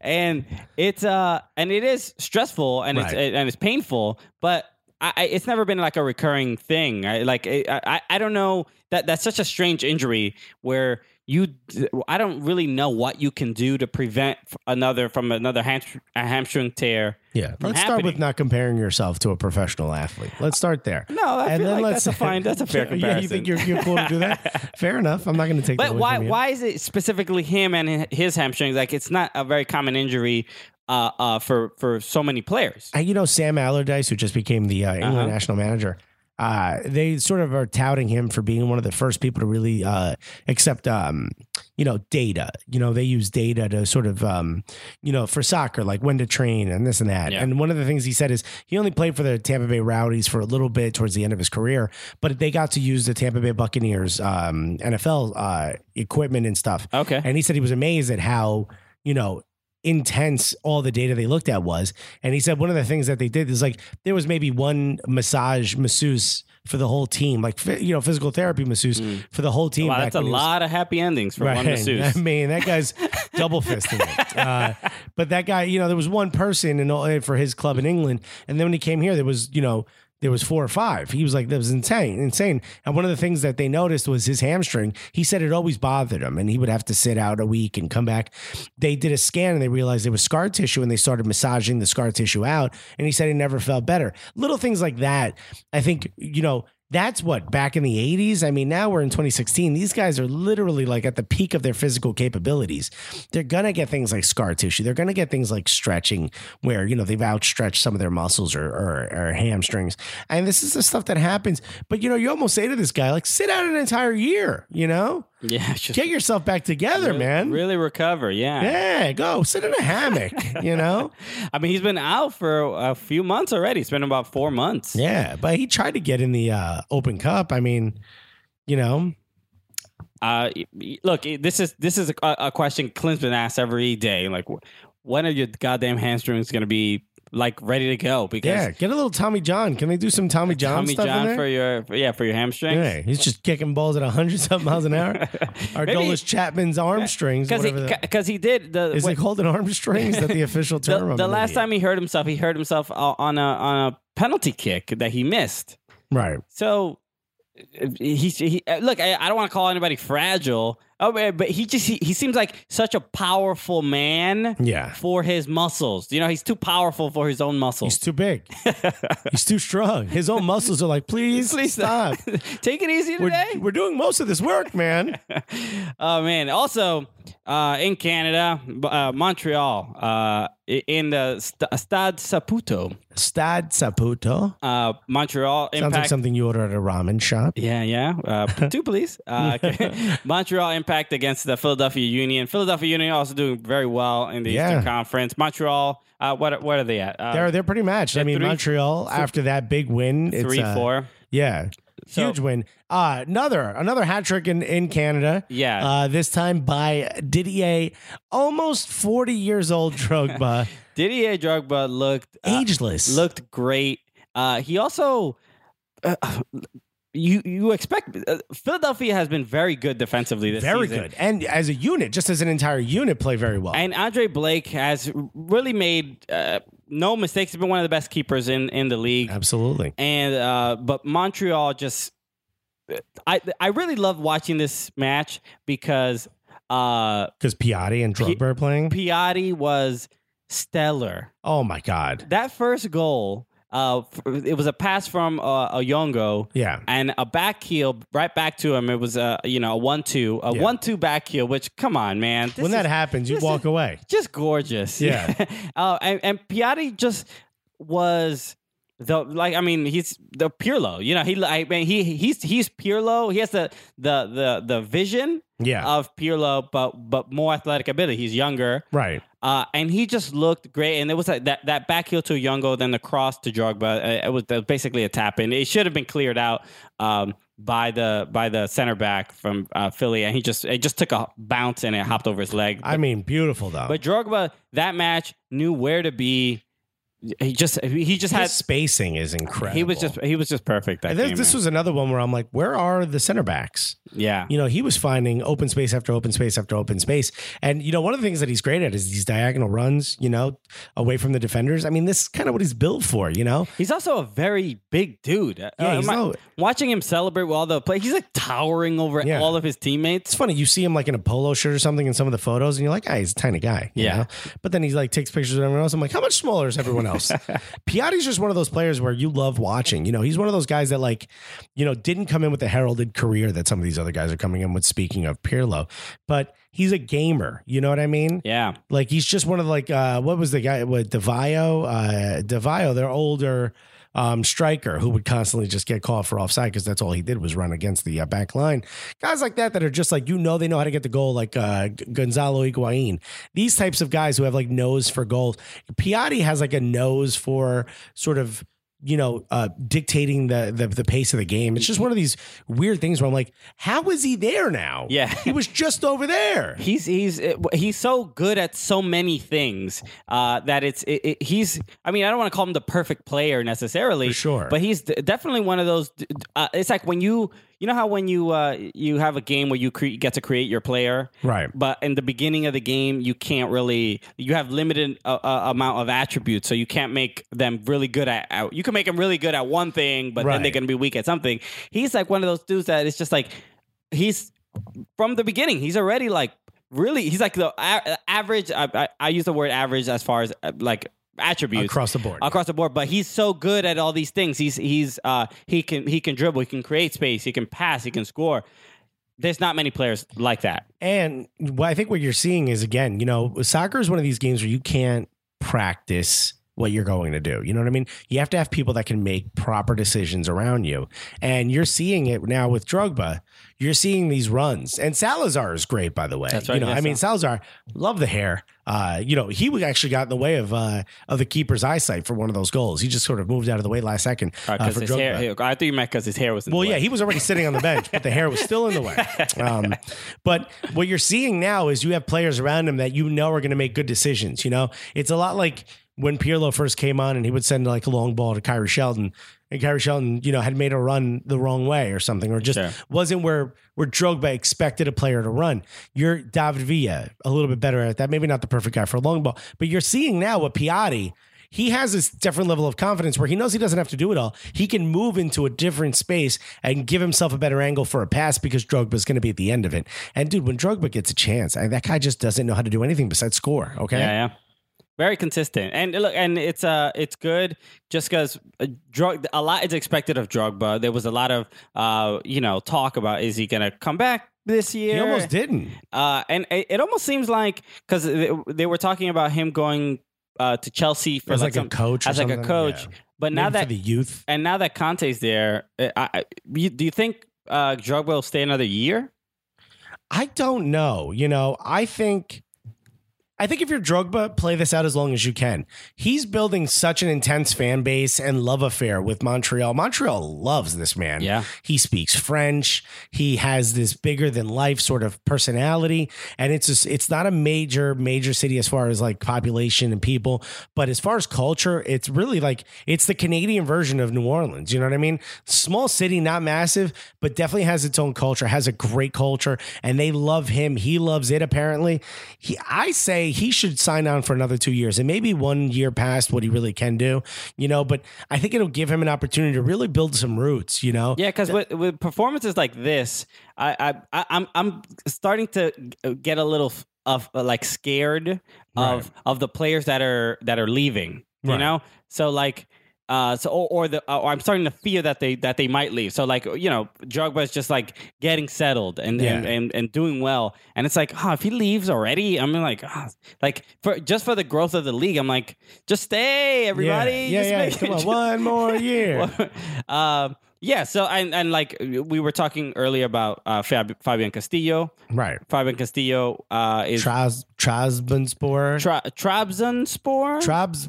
and it's uh and it is stressful and
Right.
it's and it's painful, but I, I it's never been like a recurring thing. I like I I, I don't know that that's such a strange injury where you d- I don't really know what you can do to prevent f- another from another hamstr- a hamstring tear.
Yeah.
from
Let's start
happening.
with not comparing yourself to a professional athlete. Let's start there.
No, I feel like that's a fine- that's a fair
Yeah, you think
comparison.
you're, you're cool to do that? Fair enough. I'm not going to take that
But
away
why
from you.
why is it specifically him and hi- his hamstrings? Like it's not a very common injury uh, uh, for for so many players.
Uh, you know Sam Allardyce, who just became the
Uh-huh.
uh, England national manager. Uh, they sort of are touting him for being one of the first people to really uh, accept, um, you know, data. You know, they use data to sort of, um, you know, for soccer, like when to train and this and that.
Yeah.
And one of the things he said is he only played for the Tampa Bay Rowdies for a little bit towards the end of his career, but they got to use the Tampa Bay Buccaneers um, NFL uh, equipment and stuff.
Okay.
And he said he was amazed at how, you know, intense all the data they looked at was. And he said one of the things that they did is like there was maybe one massage masseuse for the whole team, like phy- you know, physical therapy masseuse for the whole team.
Mm. Wow,
back
that's a
when he was-
lot of happy endings for one masseuse.
I mean, that guy's double fisting it. Uh, but that guy, you know, there was one person in all, for his club in England, and then when he came here, there was, you know, there was four or five. He was like, that was insane, insane. And one of the things that they noticed was his hamstring. He said it always bothered him, and he would have to sit out a week and come back. They did a scan and they realized there was scar tissue, and they started massaging the scar tissue out. And he said he never felt better. Little things like that. I think you know that's what back in the 80s. I mean, now we're in 2016. These guys are literally like at the peak of their physical capabilities. They're going to get things like scar tissue. They're going to get things like stretching, where, you know, they've outstretched some of their muscles or, or, or hamstrings. And this is the stuff that happens. But, you know, you almost say to this guy, like, sit out an entire year, you know?
yeah, it's just
Get yourself back together, man.
Really recover, yeah.
Yeah, go sit in a hammock, you know?
I mean, he's been out for a few months already. It's been about four months.
Yeah, but he tried to get in the uh, Open Cup. I mean, you know,
Uh, y- y- look, i- this is this is a, a question Clint's been asked every day. Like, wh- when are your goddamn hamstrings going to be like ready to go? Because
Yeah, get a little Tommy John. Can they do some Tommy John
Tommy
stuff in
John
there?
for your for- yeah for your hamstrings.
yeah, he's just kicking balls at 100 something miles an hour. Our
Maybe-
Dolis Chapman's arm strings,
Because
whatever the,
because he, did the
is
what-
it called an arm string? Is that the official term?
the,
I'm
the
an
last
idiot.
time he hurt himself, he hurt himself uh, on a on a penalty kick that he missed.
right?
So uh, he, he uh, look. I, I don't want to call anybody fragile. Oh, man, but he just he, he seems like such a powerful man.
Yeah.
For his muscles, you know, he's too powerful for his own
He's
muscles.
too big. he's too strong. His own muscles are like, please, please stop.
Take it easy
We're,
today.
we're doing most of this work, man.
Oh man! Also, uh, in Canada, uh, Montreal, uh, in the St- Stade Saputo,
Stad Saputo.
uh, Montreal
Sounds like
Impact
something you order at a ramen shop.
Yeah, yeah. Uh, two, please. Uh, okay. Montreal impact against the Philadelphia Union. Philadelphia Union also doing very well in the
Yeah.
Eastern Conference. Montreal, uh, what what are they at? Uh,
They're, they're pretty matched. I mean,
three-
Montreal, after that big win, it's,
three,
uh,
four.
Yeah.
So-
Huge win. Uh, another another hat trick in, in Canada.
Yeah.
Uh, this time by Didier, almost 40 years old Drogba.
Didier Drogba looked uh,
ageless.
looked great. Uh, he also uh, you you expect uh, Philadelphia has been very good defensively this
Very
season.
good. And as a unit, just as an entire unit, play very well.
And Andre Blake has really made uh, no mistakes. He's been one of the best keepers in, in the league.
Absolutely.
And uh, but Montreal just, I I really love watching this match because uh,
Because Piatti and Drogba are playing.
Piatti was stellar.
oh my God.
That first goal, uh, f- it was a pass from uh, Oyongo.
Yeah.
And a back heel right back to him. It was a you know a one-two, a
Yeah.
one-two back heel. Which come on, man. This
when that
is-
happens, you
this
walk
is-
away.
just gorgeous.
Yeah.
uh, and, and Piatti just was the like I mean he's the Pirlo. You know he I mean he he's he's Pirlo. He has the the the the vision
Yeah.
of Pirlo, but but more athletic ability. He's younger.
right.
Uh, and he just looked great, and it was like that that back heel to Youngo, then the cross to Drogba. uh, It was, that was basically a tap in. It should have been cleared out um, by the by the center back from uh, Philly, and he just it just took a bounce and it hopped over his leg.
I mean, beautiful though.
But Drogba, that match knew where to be. He just he just
his
had
spacing is incredible.
he was just he was just perfect. That
And this,
game,
this
man.
was another one where I'm like, where are the center backs?
yeah.
You know, he was finding open space after open space after open space. And, you know, one of the things that he's great at is these diagonal runs, you know, away from the defenders. I mean, this is kind of what he's built for, you know?
He's also a very big dude. Yeah,
he's low.
watching him celebrate with all the play, he's like towering over
Yeah.
all of his teammates.
It's funny. You see him like in a polo shirt or something in some of the photos, and you're like, ah, he's a tiny guy. you
Yeah.
know? But then he like takes pictures of everyone else. I'm like, how much smaller is everyone else? Piatti's just one of those players where you love watching. You know, he's one of those guys that like, you know, didn't come in with the heralded career that some of these other guys are coming in with. Speaking of Pirlo, but he's a gamer. You know what I mean?
Yeah,
Like he's just one of like uh, what was the guy with Devio? Uh, Devio, their older um, striker who would constantly just get called for offside because that's all he did was run against the uh, back line. Guys like that that are just like you know they know how to get the goal, like uh, G- Gonzalo Higuain. These types of guys who have like nose for goals. Piatti has like a nose for sort of. You know, uh, dictating the, the the pace of the game. It's just one of these weird things where I'm like, how is he there now?
Yeah.
he was just over there.
he's he's eh, he's so good at so many things uh, that it's it, it, he's. I mean, I don't want to call him the perfect player necessarily,
For sure.
but he's d- definitely one of those. d- Uh, it's like when you you know how when you uh, you have a game where you cre- get to create your player,
Right.
But in the beginning of the game, you can't really you have limited uh, uh, amount of attributes, so you can't make them really good at. at you can make them really good at one thing, but then they're
Right.
going to be weak at something. He's like one of those dudes that it's just like he's from the beginning. He's already like really. He's like the a- average. I, I, I use the word average as far as uh, like attributes
Across the board.
Across the board, but he's so good at all these things. He's he's uh he can he can dribble. He can create space. He can pass. He can score. There's not many players like that.
And what I think what you're seeing is again, you know, soccer is one of these games where you can't practice what you're going to do. You know what I mean? You have to have people that can make proper decisions around you. And you're seeing it now with Drogba. You're seeing these runs. And Salazar is great, by the way.
That's
You
right,
know,
yes,
I mean,
sir.
Salazar, love the hair. Uh, you know, he would actually got in the way of uh, of the keeper's eyesight for one of those goals. He just sort of moved out of the way last second uh,
Because
for
his
Drogba.
hair. I thought you meant because his hair was. in the
Well,
way.
yeah, he was already sitting on the bench, but the hair was still in the way. Um, but what you're seeing now is you have players around him that you know are going to make good decisions. You know, it's a lot like when Pirlo first came on and he would send like a long ball to Kyrie Sheldon, and Kyrie Sheldon, you know, had made a run the wrong way or something, or just
Sure.
wasn't where where Drogba expected a player to run. You're David Villa, a little bit better at that. Maybe not the perfect guy for a long ball, but you're seeing now with Piatti he has this different level of confidence where he knows he doesn't have to do it all. He can move into a different space and give himself a better angle for a pass because Drogba's going to be at the end of it. And dude, when Drogba gets a chance, I, that guy just doesn't know how to do anything besides score. Okay.
Yeah, yeah. Very consistent, and look, and it's uh, it's good just because a drug a lot is expected of Drogba. There was a lot of uh, you know, talk about is he gonna come back this year?
He almost didn't.
Uh, and it, it almost seems like because they, they were talking about him going uh to Chelsea for
As like a coach or
as like a
something,
coach,
yeah.
but now
Maybe
that
for the youth,
and now that Conte's there, uh, I, I, you, do you think uh Drogba will stay another year?
I don't know. You know, I think I think if you're Drogba, play this out as long as you can. He's building such an intense fan base and love affair with Montreal. Montreal loves this man.
Yeah.
He speaks French. He has this bigger than life sort of personality. And it's just, it's not a major, major city as far as like population and people. But as far as culture, it's really like, it's the Canadian version of New Orleans. You know what I mean? Small city, not massive, but definitely has its own culture, has a great culture. And they love him. He loves it, apparently. He, I say he should sign on for another two years and maybe one year past what he really can do, you know. But I think it'll give him an opportunity to really build some roots, you know.
Yeah, because with, with performances like this, I, I, I I'm I'm starting to g- get a little f- of uh, like scared of of the players that are that are leaving. You
Right.
know, so like. Uh, so or, or the or I'm starting to fear that they that they might leave. So like you know, Drogba is just like getting settled and and,
Yeah.
and and doing well. And it's like, oh, if he leaves already, I'm like, ah, like for just for the growth of the league, I'm like, just stay, everybody.
Yeah, yeah,
just
yeah. Come on,
make it. Just-
one more year.
um, yeah. So and and like we were talking earlier about uh, Fab- Fabian Castillo.
right.
Fabian Castillo uh, is
Tras Trabzonspor.
tra- Trabzonspor.
Trabz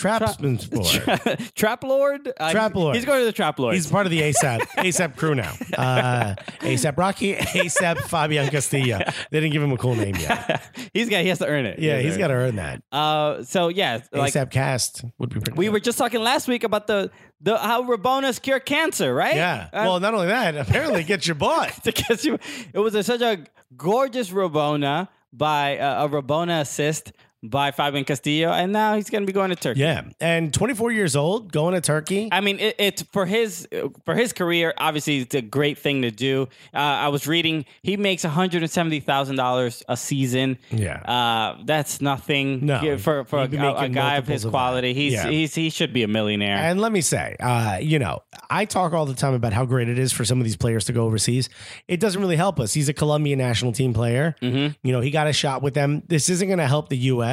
Trabzonspor.
Trap Lord. Uh, he's-
Trap Lord.
He's going to the Trap Lord.
He's part of the ASAP ASAP crew now. Uh, ASAP Rocky, ASAP Fabian Castillo. They didn't give him a cool name yet.
he's got. He has to earn it.
Yeah, he's
has
got to earn that.
Uh, so yeah, like
ASAP Cast would be pretty.
we
good.
were just talking last week about the the how Rabonas cure cancer, right?
Yeah.
Uh,
well, not only that, apparently it gets your bought.
because you, it was a, such a gorgeous Rabona by uh, a Rabona assist by Fabian Castillo, and now he's going to be going to Turkey.
Yeah, and 24 years old, going to Turkey.
I mean, it, it's for his for his career. Obviously, it's a great thing to do. Uh, I was reading he makes one hundred and seventy thousand dollars a season.
Yeah.
uh, that's nothing.
No.
Yeah, for for a,
He'd be
a- a
making
guy of
multiples
his
of that.
quality, he's,
Yeah.
he's he should be a millionaire.
and let me say, uh, you know, I talk all the time about how great it is for some of these players to go overseas. It doesn't really help us. He's a Colombian national team player. You know, he got a shot with them. This isn't going to help the U.S.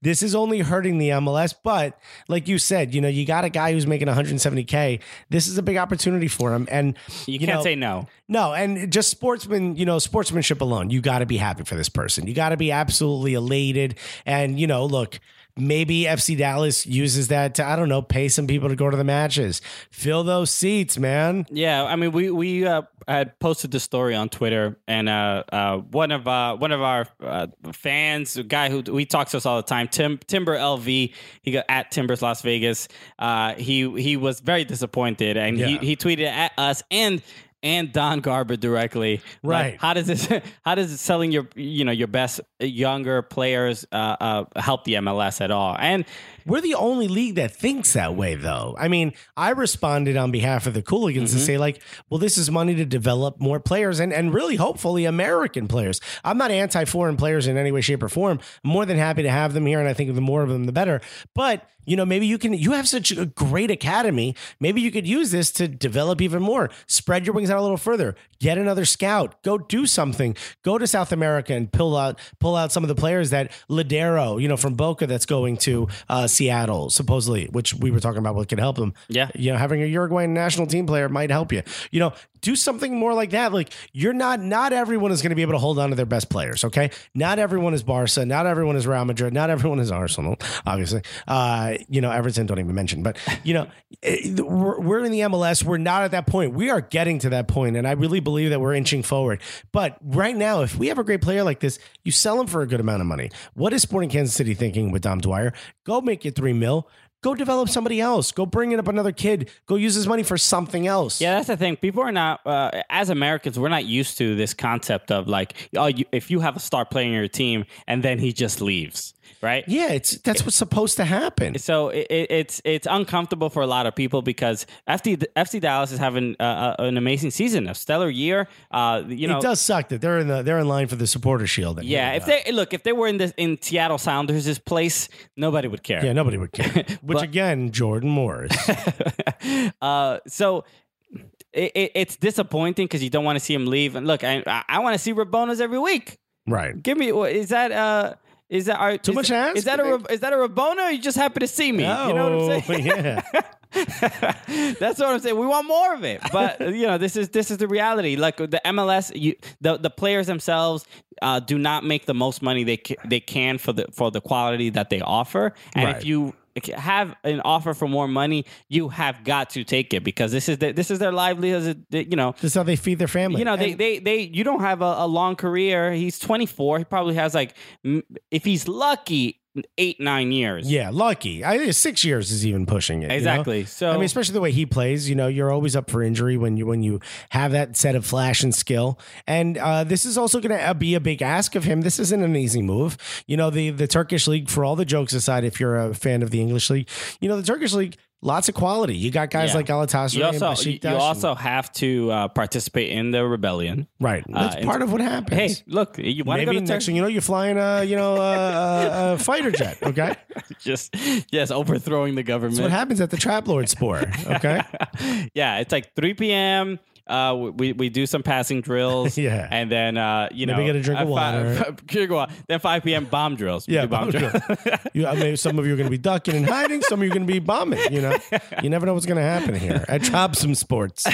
This is only hurting the MLS. But like you said, you know, you got a guy who's making 170k. This is a big opportunity for him, and
you, can't
know,
say no.
No, and just sportsman, you know, sportsmanship alone, you got to be happy for this person. You got to be absolutely elated. And, you know, look, maybe FC Dallas uses that to, I don't know, pay some people to go to the matches. Fill those seats, man.
Yeah, I mean, we we uh, had posted the story on Twitter, and uh, uh, one of uh, one of our uh, fans, a guy who we talks to us all the time, Tim Timber LV, he got at Timbers Las Vegas. Uh, he he was very disappointed, and
Yeah.
he, he tweeted at us and. And Don Garber directly, Like,
Right.
how does this? How does selling your, you know, your best younger players uh, uh, help the MLS at all? And
We're the only league that thinks that way, though. I mean, I responded on behalf of the Cooligans to say, like, well, this is money to develop more players and, and really, hopefully, American players. I'm not anti foreign players in any way, shape, or form. I'm more than happy to have them here, and I think the more of them, the better. But you know, maybe you can. You have such a great academy. Maybe you could use this to develop even more. Spread your wings out a little further. Get another scout. Go do something. Go to South America and pull out pull out some of the players that Ladero, you know, from Boca, that's going to uh, Seattle supposedly, which we were talking about what could help them.
Yeah.
you know, having a Uruguayan national team player might help you. You know, do something more like that. Like you're not not everyone is going to be able to hold on to their best players. Okay, not everyone is Barca, not everyone is Real Madrid, not everyone is Arsenal. Obviously, uh, you know Everton don't even mention. But you know, it- we're, we're in the MLS. We're not at that point. We are getting to that point, and I really believe that we're inching forward. But right now, if we have a great player like this, you sell him for a good amount of money. What is Sporting Kansas City thinking with Dom Dwyer? Go make it three mil. Go develop somebody else. Go bring in up another kid. Go use his money for something else.
Yeah, that's the thing. People are not, uh, as Americans, we're not used to this concept of like, oh, you, if you have a star player in your team and then he just leaves, right?
Yeah, it's that's what's supposed to happen.
So it, it, it's it's uncomfortable for a lot of people because FC FC Dallas is having uh, uh, an amazing season, a stellar year. Uh, you know,
it does suck that they're in the they're in line for the supporter shield.
yeah. If they look, if they were in this in Seattle Sounders' place, nobody would care.
yeah, nobody would care. Which again, Jordan Morris.
uh, so it, it, it's disappointing because you don't want to see him leave. And look, I I, I want to see Rabonas every week.
right.
Give me what is that? Uh, is that our, too
much to ask,
Is that a
I
Ra- is that a Rabona? Or you just happy to see me? You know what I'm saying?
Oh, yeah.
That's what I'm saying. We want more of it, but you know, this is this is the reality. Like the MLS, you, the the players themselves, uh, do not make the most money they ca- they can for the for the quality that they offer. And if
Right.
you have an offer for more money, you have got to take it because this is the, this is their livelihood. You know,
This is how they feed their family.
you know, they, they, they, you don't have a, a long career. He's 24. He probably has like, m- if he's lucky, eight, nine years.
Yeah, lucky. I six years is even pushing it. you know?
Exactly. So-
I mean, especially the way he plays. You know, you're always up for injury when you when you have that set of flash and skill. And uh, this is also going to be a big ask of him. This isn't an easy move. You know, the the Turkish league. For all the jokes aside, if you're a fan of the English league, you know the Turkish league. Lots of quality. You got guys
Yeah.
like Galatasaray
You also,
and
you,
Besiktas.
you
and-
also have to uh, participate in the rebellion.
right. That's
and-
part of what happens.
uh, Hey, look, you want to go
Maybe
to
next
Turkey?
thing you know, you're flying a you know a, a, a fighter jet. Okay,
Just, yes, overthrowing the government.
that's what happens at the trap lord sport. Okay,
yeah, it's like 3 p.m. Uh, we- we we do some passing drills,
Yeah.
and then uh, you
Maybe
know,
get a drink
at
of
fi-
water.
drink of water. Then 5 p.m. bomb drills. We
Yeah,
do
bomb
bomb, drills.
You, I mean, some of you are going to be ducking and hiding. Some of you are going to be bombing. You know, you never know what's going to happen here. I drop some sports.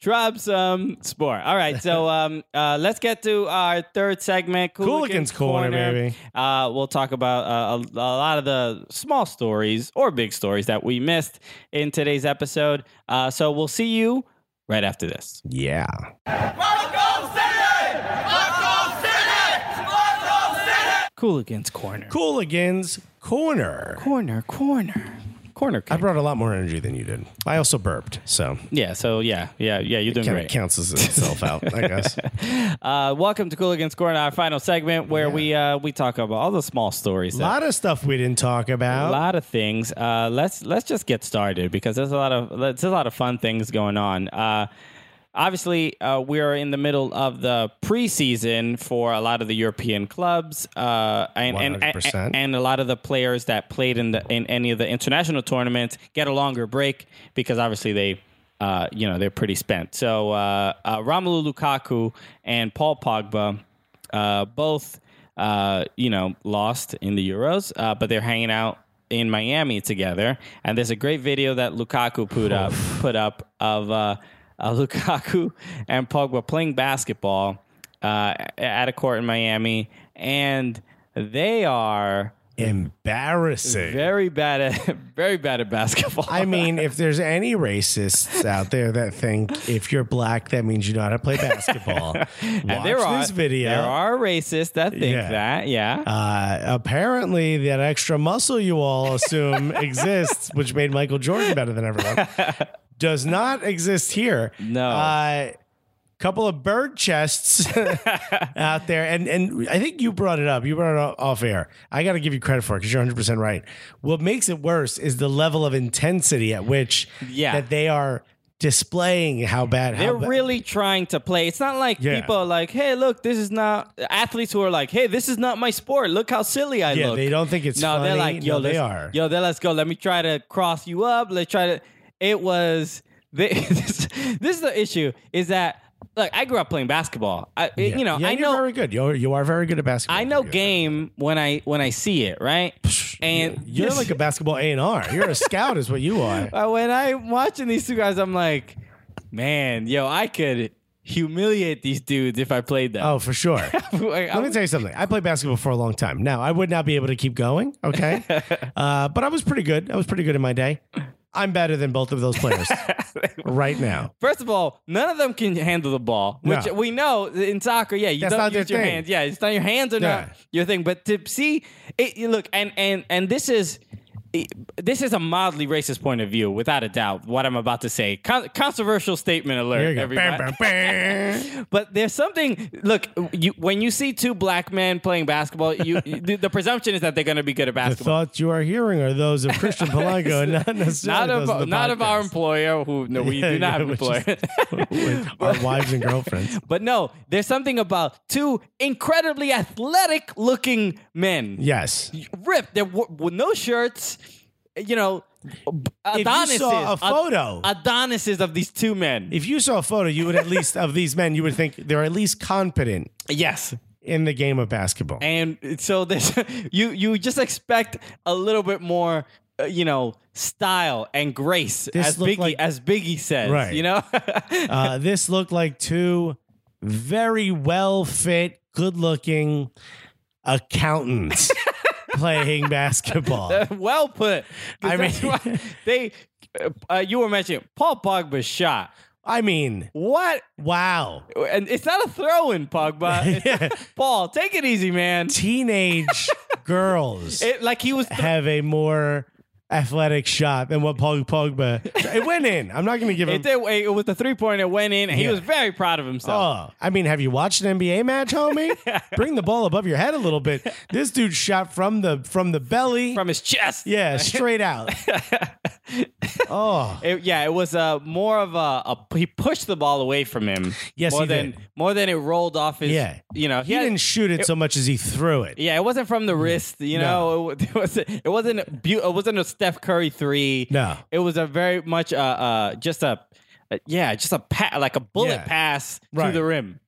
Drop some sport. All right, so um, uh, let's get to our third segment,
Cooligan's Corner, baby.
Uh, we'll talk about uh, a, a lot of the small stories or big stories that we missed in today's episode. Uh, so we'll see you right after this.
Yeah.
Cooligans Corner,
Cooligan's corner.
corner, corner, corner.
I
kick.
brought a lot more energy than you did. I also burped, so
yeah. So yeah, yeah, yeah. You're doing
kind
great.
of counts as itself out, I guess.
Uh, welcome to Cooligans Corner, our final segment where we uh, we talk about all the small stories.
A
that-
lot of stuff we didn't talk
a
about.
lot of things. Uh, let's let's just get started because there's a lot of there's a lot of fun things going on. Uh, obviously, uh, we are in the middle of the preseason for a lot of the European clubs, uh, and, and, and
100%.
and a lot of the players that played in the in any of the international tournaments get a longer break because obviously they. Uh, you know they're pretty spent. So uh, uh, Romelu Lukaku and Paul Pogba, uh, both uh, you know, lost in the Euros, uh, but they're hanging out in Miami together. And there's a great video that Lukaku put up, put up of uh, uh, Lukaku and Pogba playing basketball uh, at a court in Miami, and they are
Embarrassing.
very bad at very bad at basketball.
I mean, if there's any racists out there that think if you're black, that means you know how to play basketball, watch
there are
this video.
There are racists that think
Yeah.
that. Yeah.
Uh, apparently, that extra muscle you all assume exists, which made Michael Jordan better than everyone, does not exist here.
No.
Uh, couple of bird chests out there and and I think you brought it up you brought it up off air I got to give you credit for it cuz you're 100% right what makes it worse is the level of intensity at which
Yeah.
that they are displaying how bad
They're
how ba-
really trying to play. It's not like
Yeah.
people are like, "Hey, look, this is not." Athletes who are like, "Hey, this is not my sport. Look how silly I
Yeah,
look."
they don't think it's
no. They're
funny.
like, "Yo,
No, they
let's-
are.
Yo, then let's go. Let me try to cross you up. Let's try to." It was. They, this, this is the issue. Is that look? I grew up playing basketball. I,
Yeah.
you know,
Yeah,
I
you're
know
very good you're, you are very good at basketball
I know
You're-
game when I when I see it, right? And
You're
this-
like a basketball A and R. You're a scout, is what you are.
Uh, when I'm watching these two guys, I'm like, man, yo, I could humiliate these dudes if I played them.
Oh, for sure. Let
Like, I'm-
me tell you something. I played basketball for a long time. Now I would not be able to keep going. Okay, uh, but I was pretty good. I was pretty good in my day. I'm better than both of those players right now.
First of all, none of them can handle the ball, which
No.
we know in soccer. Yeah, you
That's
don't
not their
use your
thing.
hands. Yeah, it's not your hands or
Yeah.
not your thing. But to see it, you look, and and and this is. This is a mildly racist point of view, without a doubt. What I'm about to say, Con- controversial statement alert.
Here you go.
everybody.
Bam, bam, bam.
But there's something. Look, you, when you see two black men playing basketball, you, the, the presumption is that they're going to be good at
The
basketball.
thoughts you are hearing are those of Christian Palago, and not necessarily
Not
those of, the
of not of our
podcast.
employer, who no, we
Yeah,
do not
yeah,
have an
which
employer.
is- our wives and girlfriends.
but no, there's something about two incredibly athletic-looking men.
Yes.
ripped. There were with no shirts. You know,
you
Adonises.
saw a photo-
Ad- Adonises of these two men.
If you saw a photo, you would at least of these men, you would think they're at least competent
yes.
in the game of basketball.
and so this you you just expect a little bit more uh, you know style and grace
This
as
looked
biggie
like-
as biggie says
Right.
you know
Uh, this looked like two very well fit, good looking accountants playing basketball.
well put. 'Cause
I
that's
mean-
why they. Uh, you were mentioning Paul Pogba's shot.
I mean,
What?
wow.
And it's not a throw-in, Pogba. It's- Paul, take it easy, man.
Teenage girls
It, like he was. Th-
have a more athletic shot than what Paul Pogba. It went in. I'm not going to give
it,
him.
did, it was the three-point. It went in, and he
Yeah.
was very proud of himself.
Oh, I mean, have you watched an NBA match, homie? Bring the ball above your head a little bit. This dude shot from the from the belly.
From his chest.
yeah, straight out. oh,
It, yeah, it was uh, more of a, a he pushed the ball away from him.
Yes,
more
he
than
did.
more than it rolled off his.
Yeah.
you know
he didn't Mm-hmm. shoot it so much as he threw it.
Yeah, it wasn't from the wrist. You know, it, wa- it wasn't. It wasn't. beau- it wasn't a Steph Curry three.
No.
it was a very much uh, uh just a, uh, yeah, just a pa- like a bullet
Yeah.
pass to
Right.
the rim.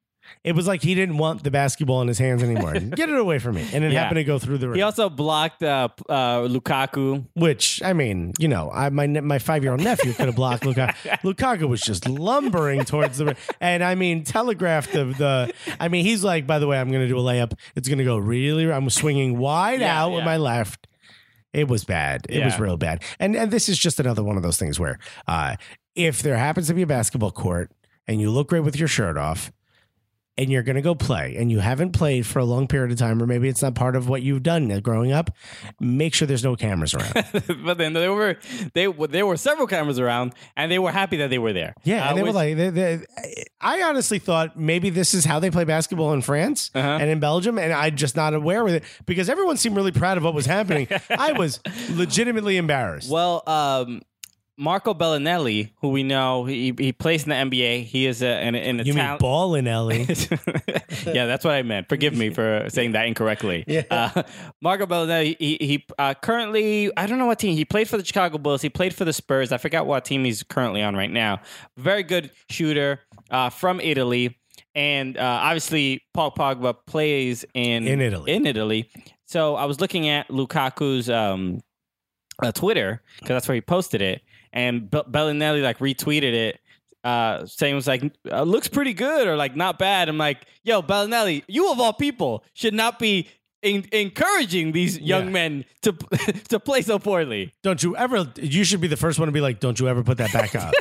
It was like he didn't want the basketball in his hands anymore. Get it away from me. And it
Yeah.
happened to go through the
He
rim.
also blocked uh, p- uh Lukaku.
Which I mean, you know, I my ne- my five year old nephew could have blocked Lukaku. Lukaku was just lumbering towards the rim, and I mean, telegraphed the the. I mean, he's like, by the way, I'm going to do a layup. It's going to go really. I'm swinging wide
Yeah,
out
yeah.
with my left. It was bad. It was
Yeah.
real bad. And and this is just another one of those things where, uh, if there happens to be a basketball court and you look great with your shirt off, and you're going to go play and you haven't played for a long period of time, or maybe it's not part of what you've done uh, growing up, make sure there's no cameras around.
but then they were they were- there were several cameras around, and they were happy that they were there.
Yeah.
Uh,
and they were
which-
like, they, they, I honestly thought maybe this is how they play basketball in France
Uh-huh.
and in Belgium. And I'm just not aware with it because everyone seemed really proud of what was happening. I was legitimately embarrassed.
Well, um, Marco Bellinelli, who we know, he, he plays in the NBA. He is a, an, an
you mean
Italian.
ball in Ellie?
yeah, that's what I meant. Forgive me for saying that incorrectly. Yeah. Uh, Marco Bellinelli, he, he uh, currently, I don't know what team, he played for the Chicago Bulls. He played for the Spurs. I forgot what team he's currently on right now. Very good shooter uh, from Italy. And uh, obviously, Paul Pogba plays in,
In Italy.
In Italy. So I was looking at Lukaku's um, uh, Twitter because that's where he posted it, and Be- Bellinelli like retweeted it, uh, saying it was like uh, looks pretty good or like not bad. I'm like, yo, Bellinelli, you of all people should not be en- encouraging these young
Yeah.
men to to play so poorly.
Don't you ever, you should be the first one to be like, don't you ever put that back up.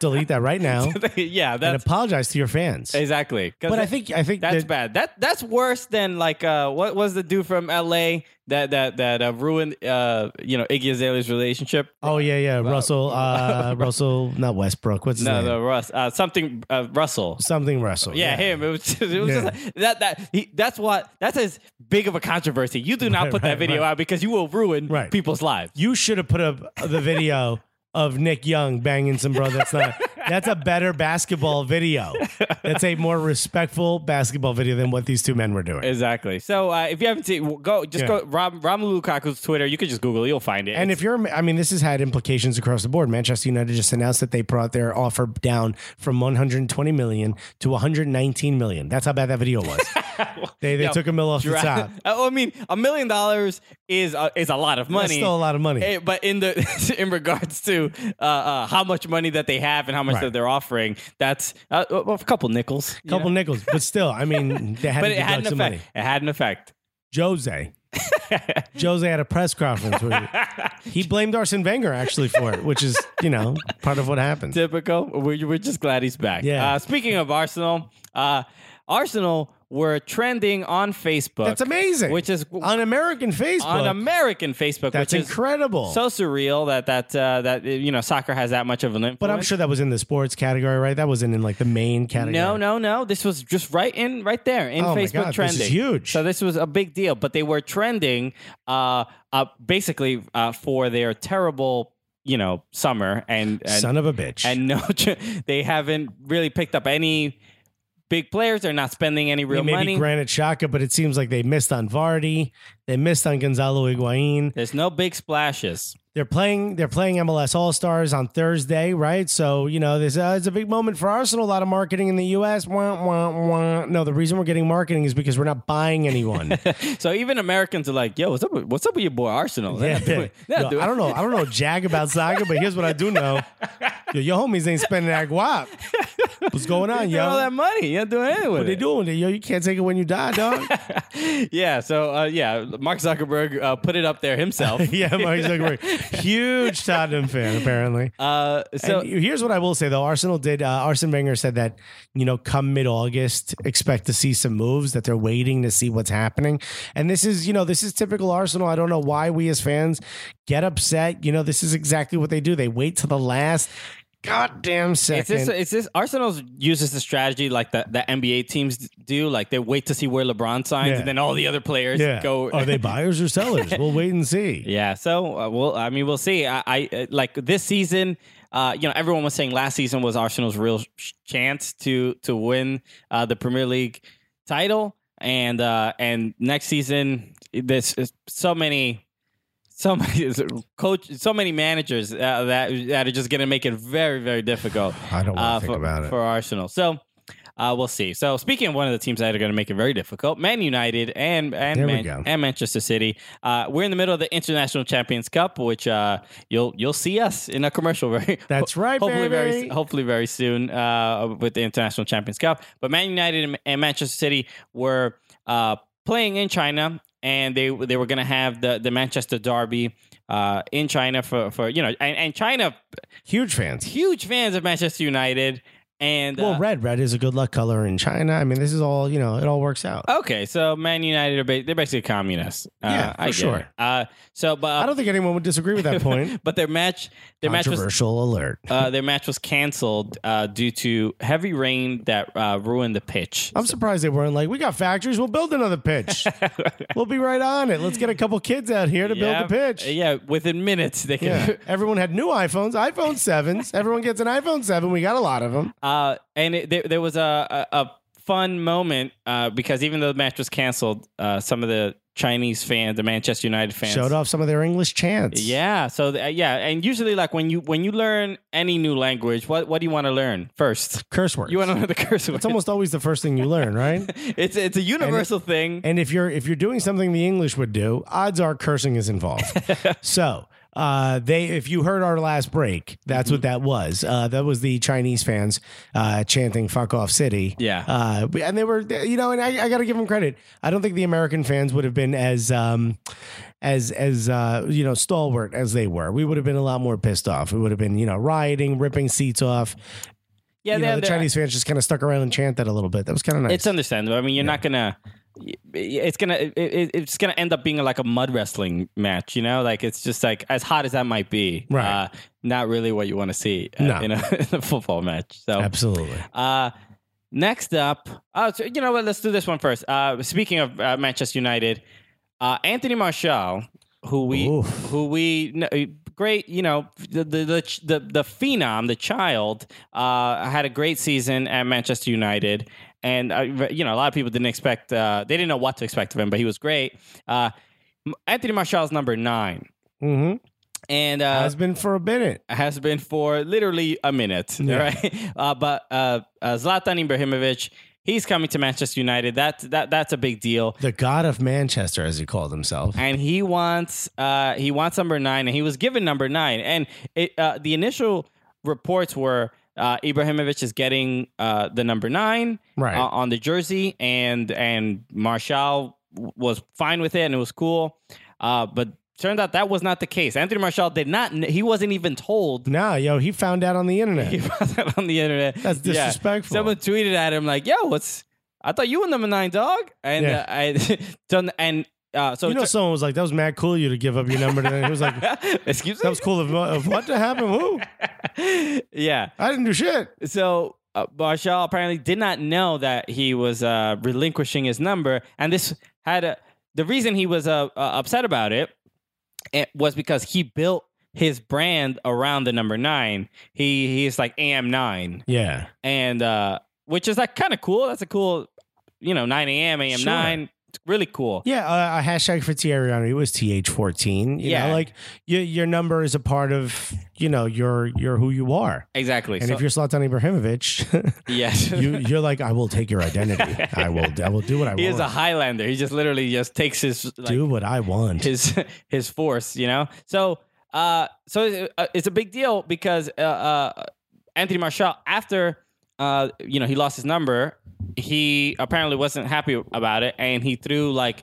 Delete that right now
yeah,
and
that's
apologize to your fans.
exactly. 'Cause
But I
that-
think, I think
That's
that-
bad. That that's worse than like uh, what was the dude from L.A. that that that uh, ruined uh, you know Iggy Azalea's relationship?
Oh yeah, yeah. Russell, uh, Russell, not Westbrook. What's his
No,
name?
no, Russ. Uh, something uh, Russell.
Something Russell.
Yeah, him. It was just, it was
Yeah.
just like, that that he, that's what that's as big of a controversy. You do not
Right,
put that
right,
video
right.
out because you will ruin
Right.
people's lives.
You should have put up the video of Nick Young banging some bro. That's not. That's a better basketball video. That's a more respectful basketball video than what these two men were doing.
Exactly. So uh, if you haven't seen, go just
Yeah.
go Rom, Romelu Lukaku's Twitter. You could just Google. it. You'll find it.
And
It's-
if you're, I mean, this has had implications across the board. Manchester United just announced that they brought their offer down from 120 million to 119 million. That's how bad that video was. they they
Yo,
took a mill off
dra- Oh,
the top.
I mean, a million dollars is a, is a lot of money.
That's still a lot of money.
Eh, but in the in regards to uh, uh, how much money that they have and how much
Right.
that they're offering, that's uh, well, a couple nickels. you
couple
know?
nickels, but still, I mean, they had
but
to
it had an
deduct
effect.
some money.
It had an effect.
Jose. Jose had a press conference. Where he, he blamed Arsene Wenger actually for it, which is you know part of what happened.
Typical. We're, we're just glad he's back.
Yeah.
Uh, speaking of Arsenal, uh, Arsenal were trending on Facebook.
That's amazing.
Which is
on American Facebook.
on American Facebook.
That's
which is
incredible.
So surreal that that uh, that uh, you know soccer has that much of an influence.
but I'm sure that was in the sports category, right? That wasn't in like the main category.
No, no, no. This was just right in, right there in
Oh my
Facebook
God, this
trending.
is huge.
So this was a big deal, but they were trending, uh, uh basically uh, for their terrible, you know, summer and, and
Son of a bitch.
and no, they haven't really picked up any big players. They're not spending any real
maybe
money.
Granite Shaka, but it seems like they missed on Vardy. They missed on Gonzalo Higuain.
There's no big splashes.
They're playing. They're playing MLS All Stars on Thursday, right? So you know this uh, it's a big moment for Arsenal. A lot of marketing in the U.S. Wah, wah, wah. No, the reason we're getting marketing is because we're not buying anyone.
So even Americans are like, "Yo, what's up? with- What's up with your boy Arsenal?" They're
Yeah.
not doing- they're
Yo,
not doing-
I don't know. I don't know jack about soccer, but here's what I do know: Yo, your homies ain't spending that guap. What's going on,
Get all
yo?
that money. You're not doing anything with
What they
it.
doing with it, yo? You can't take it when you die, dog.
Yeah. So uh, yeah, Mark Zuckerberg uh, put it up there himself.
yeah, Mark Zuckerberg, huge Tottenham fan apparently.
Uh, so
and here's what I will say though: Arsenal did. Uh, Arsene Wenger said that you know, come mid-August, expect to see some moves. That they're waiting to see what's happening. And this is, you know, this is typical Arsenal. I don't know why we as fans get upset. You know, this is exactly what they do. They wait till the last goddamn
It's
second.
this, it's this Arsenal's uses the strategy like the, the NBA teams do. Like they wait to see where LeBron signs,
Yeah.
and then all the other players
yeah.
go.
Are they buyers or sellers? we'll wait and see.
yeah. So uh, we'll. I mean, we'll see. I, I uh, like this season. Uh, you know, everyone was saying last season was Arsenal's real sh- chance to to win uh, the Premier League title, and uh, and next season there's there's so many. So many coach, so many managers uh, that that are just going to make it very, very difficult
I don't want to
uh,
think
for,
about it.
for Arsenal. So uh, we'll see. So speaking of one of the teams that are going to make it very difficult, Man United and and,
There we
Man-
go.
and Manchester City. Uh, we're in the middle of the International Champions Cup, which uh, you'll you'll see us in a commercial very.
That's right,
hopefully very
baby.
hopefully very soon uh, with the International Champions Cup. But Man United and- and Manchester City were uh, playing in China. And they they were gonna have the, the Manchester Derby uh, in China for, for you know and, and China
Huge fans.
huge fans of Manchester United. And
Well,
uh,
red, red is a good luck color in China. I mean, this is all you know. It all works out.
okay, so Man United are ba- they're basically communists. Uh,
Yeah, for
I get
sure.
it. Uh, so, but
I don't think anyone would disagree with that point.
but their match their match was
Controversial alert.
uh, their match was canceled uh, due to heavy rain that uh, ruined the pitch.
I'm surprised they weren't like, we got factories. We'll build another pitch. we'll be right on it. Let's get a couple kids out here to
Yeah. Uh,
build the pitch.
Yeah, within minutes they can.
Yeah. Everyone had new iPhones, iPhone 7s. Everyone gets an iPhone 7. We got a lot of them.
Uh, and it, there, there was a, a, a fun moment uh, because even though the match was canceled, uh, some of the Chinese fans, the Manchester United fans,
Showed off some of their English chants.
Yeah. So th- uh, yeah, and usually like when you when you learn any new language, what what do you want to learn first?
Curse words.
You want to learn the curse word.
it's almost always the first thing you learn, right?
it's it's a universal thing.
And if you're if you're doing something the English would do, odds are cursing is involved. so uh, they, if you heard our last break, that's what
Mm-hmm.
that was. Uh, that was the Chinese fans uh, chanting "fuck off city."
Yeah.
uh, and they were, you know, and I, I got to give them credit. I don't think the American fans would have been as. Um, as as uh, you know, stalwart as they were, we would have been a lot more pissed off. We would have been, you know, rioting, ripping seats off.
yeah,
you
they're-
know, the
they're-
Chinese fans just kind of stuck around and chant that a little bit. That was kind of nice.
It's understandable. I mean, you're not gonna. It's gonna. It, it- it's gonna end up being like a mud wrestling match. You know, like it's just like as hot as that might be.
Right.
Uh, not really what you want to see uh,
No.
in, a, in a football match. So
Absolutely.
Uh, next up, oh, so, you know what? Let's do this one first. Uh, speaking of uh, Manchester United, uh, Anthony Martial, who we,
Oof.
who we, kn- uh, great, you know, the the the the, the phenom, the child, uh, had a great season at Manchester United. And uh, you know, a lot of people didn't expect. Uh, they didn't know what to expect of him, but he was great. Uh, Anthony Martial's number nine,
hmm
and uh,
has been for a minute.
has been for literally a minute, right? Uh, but uh, uh, Zlatan Ibrahimovic, he's coming to Manchester United. That that that's a big deal.
The God of Manchester, as he called himself.
And he wants uh, he wants number nine, and he was given number nine. And it, uh, the initial reports were uh, Ibrahimovic is getting uh, the number nine
Right.
uh, on the jersey, and and Marshall was fine with it, and it was cool. Uh, but turned out that was not the case. Anthony Marshall did not. kn- He wasn't even told
No, yo, he found out on the
He
internet.
found that on the internet.
That's
Yeah.
disrespectful.
Someone tweeted at him like, "Yo, what's? I thought you were number nine, dog." And
Yeah.
uh, I done and uh, so
You know, someone was like, "That was mad cool of you to give up your number." to He was like, "That
excuse me.
was cool of, of what to happen? Who?
yeah.
I didn't do shit."
So uh, Marshall apparently did not know that he was uh, relinquishing his number, and this had a the reason he was uh, uh, upset about it, it was because he built his brand around the number nine. He he's like AM nine.
Yeah,
and uh which is like kind of cool. That's a cool, you know, 9 a.m. a.m.
Sure.
nine. It's really cool.
yeah. Uh, a hashtag for Thierry Henry was th fourteen. You
Yeah.
know, like your your number is a part of you know your your who you are.
Exactly.
And
so,
if you're Slatan Ibrahimovic,
yes,
you, you're like, I will take your identity. I will. I will do what I
he is
want.
a Highlander. He just literally just takes his like,
do what I want.
his his force, you know. So uh, so uh, it's a big deal because uh, uh, Anthony Marshall after uh, you know, he lost his number, he apparently wasn't happy about it, and he threw like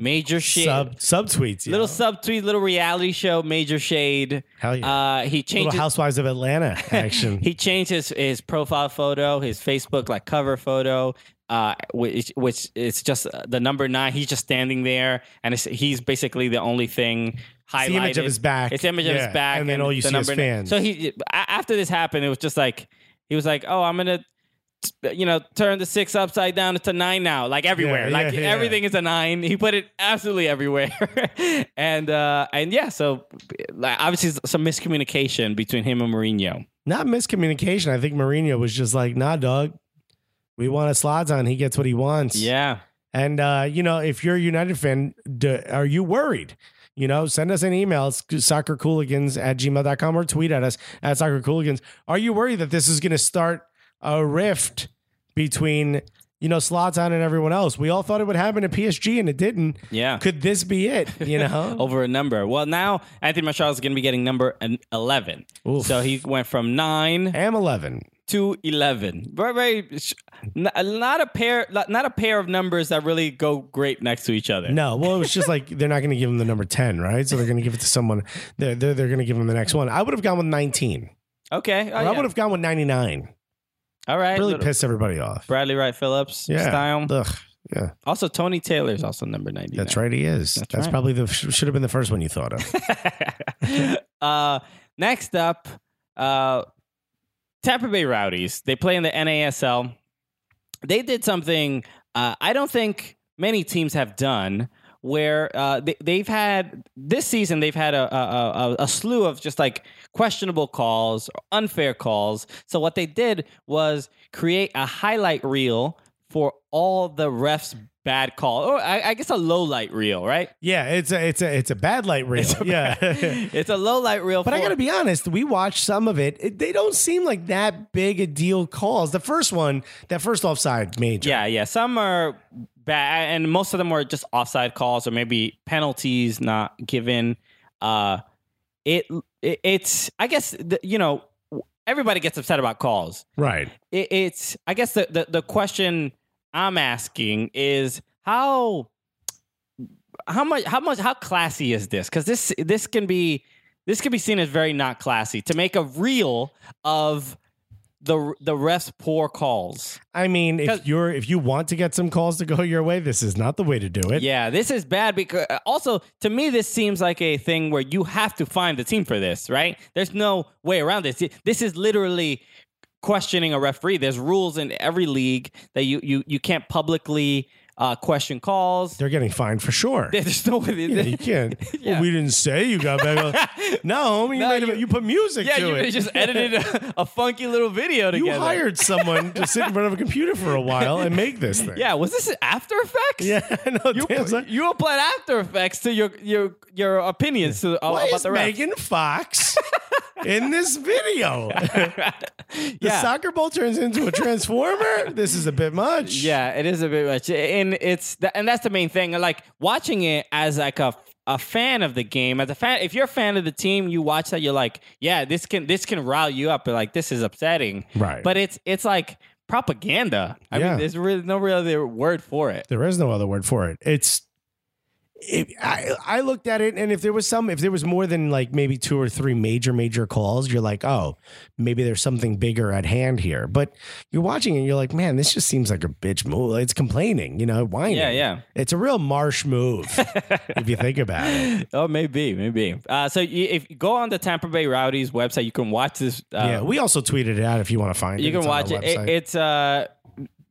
major shit,
Sub subtweets. you
little
know?
sub tweet, little reality show, major shade.
Hell yeah.
Uh, he changed.
Little
his-
Housewives of Atlanta action.
he changed his his profile photo, his Facebook like cover photo, uh, which which is just uh, the number nine. He's just standing there, and it's, he's basically the only thing highlighted.
the image of his back.
It's the image of
Yeah,
his back,
and then all you
the
see is
number nine.
fans.
So he a- after this happened, it was just like he was like, "Oh, I'm gonna." t- You know, turn the six upside down. It's a nine now, like everywhere.
yeah,
like
yeah.
everything is a nine. He put it absolutely everywhere, and uh and yeah. So, like, obviously, some miscommunication between him and Mourinho.
Not miscommunication. I think Mourinho was just like, nah, dog. We want a slots on. He gets what he wants.
Yeah,
And uh, you know, if you're a United fan, d are you worried? You know, send us an email, it's soccercooligans at gmail.com or tweet at us at soccercooligans. Are you worried that this is going to start a rift between, you know, Slotan and everyone else? We all thought it would happen to PSG and it didn't.
Yeah.
Could this be it? You know?
over a number. Well, now Anthony Martial is going to be getting number an- 11.
Oof.
So he went from 9
Am 11.
to 11. Very very sh- n- uh, not a pair not not a pair of numbers that really go great next to each other.
No, well, it was just like they're not going to give him the number 10, right? So they're going to give it to someone. They're, they're, they're going to give him the next one. I would have gone with 19.
Okay. Oh,
Or I
yeah.
would have gone with 99.
All right.
Really
Little-
pissed everybody off.
Bradley Wright Phillips
yeah.
style.
Ugh. Yeah,
Also Tony Taylor is also number 90.
that's right. He is. That's,
right.
probably the sh- should have been the first one you thought of.
uh, next up, uh, Tampa Bay Rowdies. They play in the NASL. They did something uh, I don't think many teams have done. Where uh, they, they've had this season, they've had a, a, a, a slew of just like questionable calls, or unfair calls. So what they did was create a highlight reel for all the refs' bad call, or I, I guess a low light reel, right?
yeah, it's a it's a it's a bad light reel. yeah,
it's a low light reel.
but I
for-
gotta be honest. We watched some of it. It- They don't seem like that big a deal calls. The first one, that first offside major.
Yeah, yeah. Some are bad, and most of them were just offside calls or maybe penalties not given. Uh, it, it it's I guess the, you know everybody gets upset about calls.
right.
It, it's I guess the, the the question I'm asking is how how much how much how classy is this? Because this this can be this can be seen as very not classy to make a reel of the the refs poor calls.
I mean,
'Cause-
if you're if you want to get some calls to go your way, this is not the way to do it.
Yeah, this is bad because uh, also to me this seems like a thing where you have to find the team for this, right? There's no way around this. This is literally questioning a referee. There's rules in every league that you you you can't publicly uh, question calls.
They're getting fined for sure.
There's no way.
Yeah, you can't.
Yeah.
well, we didn't say you got back. on- no, homie, you,
No,
made
you-
you, you put music
yeah,
to
you
it.
just edited a, a funky little video
You
together.
hired someone to sit in front of a computer for a while and make this thing.
Yeah, was this After Effects?
Yeah, I know.
You,
Dan's like,
you applied After Effects to your your your opinions to, uh,
why
about
is
the refs.
Megan Fox in this video? the
Yeah.
soccer ball turns into a transformer. this is a bit much.
Yeah, it is a bit much, and it's th- and that's the main thing. Like watching it as like a a fan of the game, as a fan, if you're a fan of the team, you watch that, you're like, yeah, this can this can rile you up, but like this is upsetting,
Right.
But it's it's like propaganda. I
Yeah.
mean, there's really no real other word for it.
There is no other word for it. It's. It, I I looked at it, and if there was some, if there was more than like maybe two or three major major calls, you're like, oh, maybe there's something bigger at hand here. But you're watching and you're like, man, this just seems like a bitch move. It's complaining, you know, whining.
Yeah, yeah.
It's a real marsh move if you think about it.
Oh, maybe, maybe. Uh, so you, if you go on the Tampa Bay Rowdies website, you can watch this. Uh,
yeah, we also tweeted it out if you want to find it.
you can
It's on our
watch it.
website.
it. It's uh,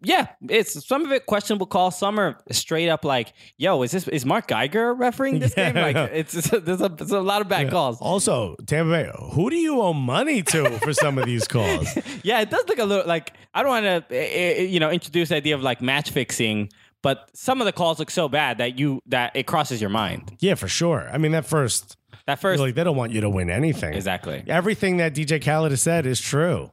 yeah, it's some of it questionable calls. Some are straight up like, "Yo, is this is Mark Geiger refereeing this
Yeah.
game?" Like, it's, it's there's a there's a lot of bad calls.
also, Tampa Bay, who do you owe money to for some of these calls?
Yeah, it does look a little like I don't want to you know introduce the idea of like match fixing, but some of the calls look so bad that you that it crosses your mind.
yeah, for sure. I mean, that first,
That
you're
first,
like they don't want you to win anything.
exactly.
Everything that DJ Khaled has said is true.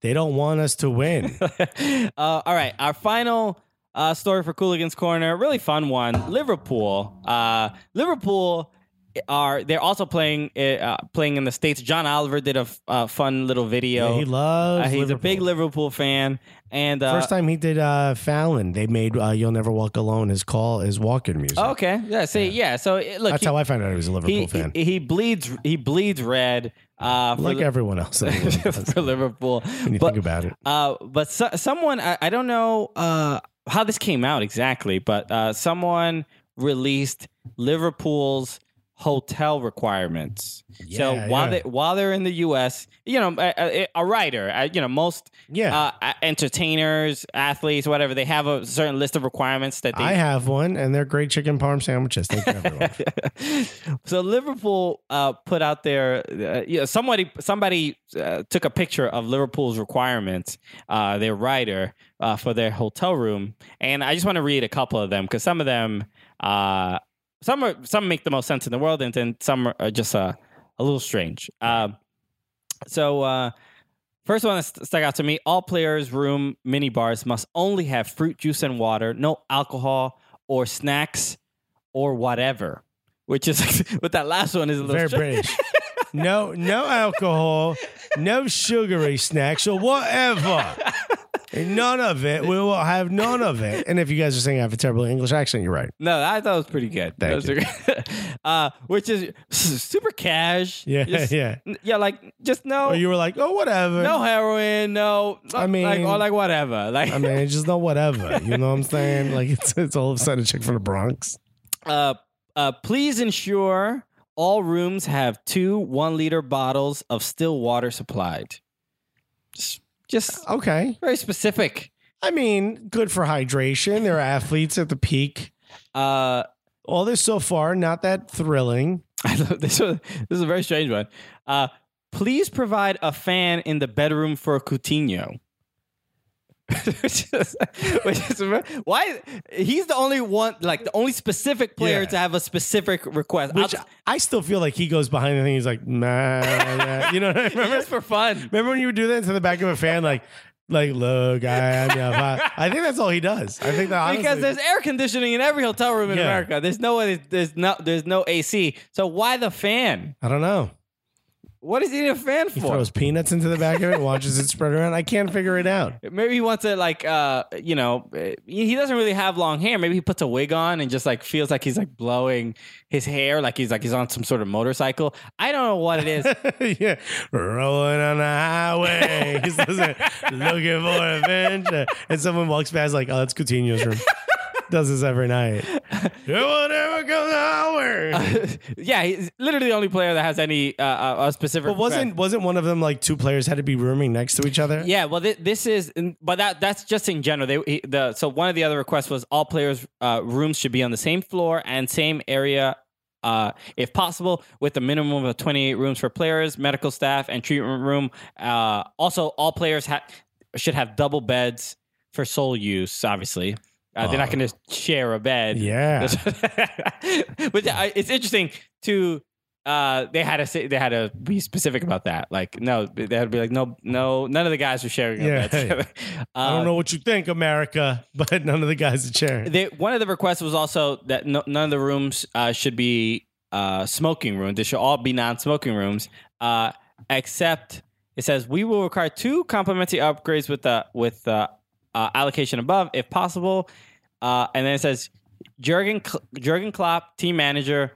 They don't want us to win.
Uh, all right, our final uh, story for Cooligan's Corner, really fun one. Liverpool. Uh, Liverpool are they're also playing uh, uh, playing in the states. John Oliver did a f- uh, fun little video.
Yeah, he loves
Uh, he's a big
Liverpool.
Liverpool fan, and uh,
First time he did uh, Fallon, they made uh, "You'll Never Walk Alone" his call his walk-in music.
Okay, yeah. See, yeah. So it- look,
That's
Oh, he,
how I found out he was a Liverpool
he,
fan,
he he bleeds he bleeds red. Uh, for,
like
Li-
everyone else. in the world does,
for Liverpool.
when you
But-
think about it,
Uh, but so, someone I, I don't know uh, how this came out exactly, but uh, someone released Liverpool's hotel requirements.
Yeah,
so while
yeah.
they while they're in the U.S., you know, a, a, a writer, uh you know, most
Yeah.
uh, a- entertainers, athletes, whatever, they have a certain list of requirements that they
I have one, and they're great chicken parm sandwiches. Thank you, everyone.
so Liverpool uh, put out their uh, yeah, somebody somebody uh, took a picture of Liverpool's requirements, uh, their rider uh, for their hotel room, and I just want to read a couple of them because some of them uh, some are, some make the most sense in the world, and then some are just uh, a little strange. Uh, so. Uh, First one that st- stuck out to me: all players' room mini bars must only have fruit juice and water, no alcohol or snacks or whatever. Which is what that last one is a little
Very
strange.
British. No, no alcohol, no sugary snacks or whatever. None of it. We will have none of it. And if you guys are saying I have a terrible English accent, you're right.
No, I thought it was pretty good. That was
Thank
pretty- uh, which is s- super cash.
Yeah,
Just-
yeah.
n- Yeah, like just no,
Or you were like, oh, whatever.
no heroin, no.
I
like,
mean-
or like whatever. Like,
I mean, it's just no whatever. You know what I'm saying? Like it's it's all of a sudden a chick from the Bronx.
uh, uh, please ensure all rooms have two one liter bottles of still water supplied. Just, just
Okay.
very specific.
I mean, good for hydration. There are athletes at the peak.
Uh,
All this so far, not that thrilling.
I love this one. This is a very strange one. Uh, please provide a fan in the bedroom for Coutinho. which is, which is ver- why he's the only one, like the only specific player
Yeah.
to have a specific request.
Which
Outs-
I still feel like he goes behind the thing. He's like, nah, nah. you know what I remember?
just for fun.
Remember when you would do that to the back of a fan, like, like, look, I, I, mean, if I, I think that's all he does. I think that honestly,
because there's air conditioning in every hotel room in
Yeah.
America. There's no way. There's no. There's no AC. So why the fan?
I don't know.
What is he need a fan for?
He throws peanuts into the back of it, watches it spread around. I can't figure it out.
Maybe he wants to like, uh, you know, uh, he doesn't really have long hair. Maybe he puts a wig on and just like feels like he's like blowing his hair, like he's like he's on some sort of motorcycle. I don't know what it is.
yeah, rolling on the highway, He's listening, looking for adventure, and someone walks past like, oh, that's Coutinho's room. Does this every night. You will never come our way.
yeah, he's literally the only player that has any uh, uh, a specific.
But wasn't wasn't one of them like two players had to be rooming next to each other?
Yeah, well, thi- this is, but that that's just in general. They he- the so one of the other requests was all players' uh, rooms should be on the same floor and same area, uh, if possible, with a minimum of twenty eight rooms for players, medical staff, and treatment room. Uh, also, all players ha- should have double beds for sole use. Obviously, uh, they're not going to share a bed.
Yeah.
but uh, it's interesting to uh, they had to say, they had to be specific about that. Like, no, they had to be like, no, no, none of the guys were sharing a
Yeah.
bed together.
I don't
Um,
know what you think, America, but none of the guys are sharing.
They, one of the requests was also that no, none of the rooms uh, should be uh, smoking rooms. They should all be non-smoking rooms, uh, except it says we will require two complimentary upgrades with the with the uh, allocation above, if possible. Uh, and then it says Jurgen Kl- Jurgen Klopp, team manager,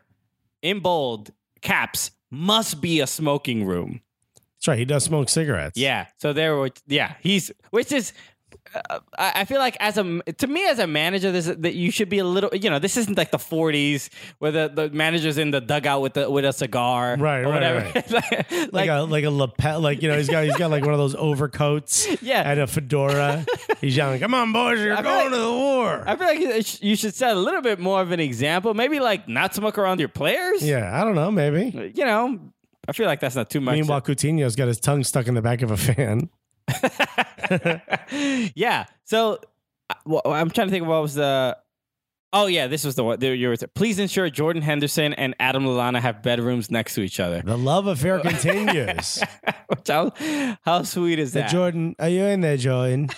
in bold caps, must be a smoking room.
That's right. He does smoke cigarettes.
Yeah. So there were. Yeah, he's which is. Uh, I I feel like as a to me as a manager, this that you should be a little. You know, this isn't like the '40s where the, the manager's in the dugout with the with a cigar,
Right, right,
Or whatever.
right.
like,
Like, a like a lapel, like you know, he's got he's got like one of those overcoats.
Yeah.
and a fedora. he's yelling, "Come on, boys! You're
I feel
going
like-
to the war!"
I feel like you sh- you should set a little bit more of an example. Maybe like not smoke around your players.
yeah, I don't know. Maybe.
You know, I feel like that's not too much.
Meanwhile, Coutinho's got his tongue stuck in the back of a fan.
yeah. So uh, well, I'm trying to think of what was the. Oh yeah, this was the one. There, you were, please ensure Jordan Henderson and Adam Lallana have bedrooms next to each other.
The love affair continues.
Which how, how sweet is
Hey,
that?
Jordan, are you in there, Jordan?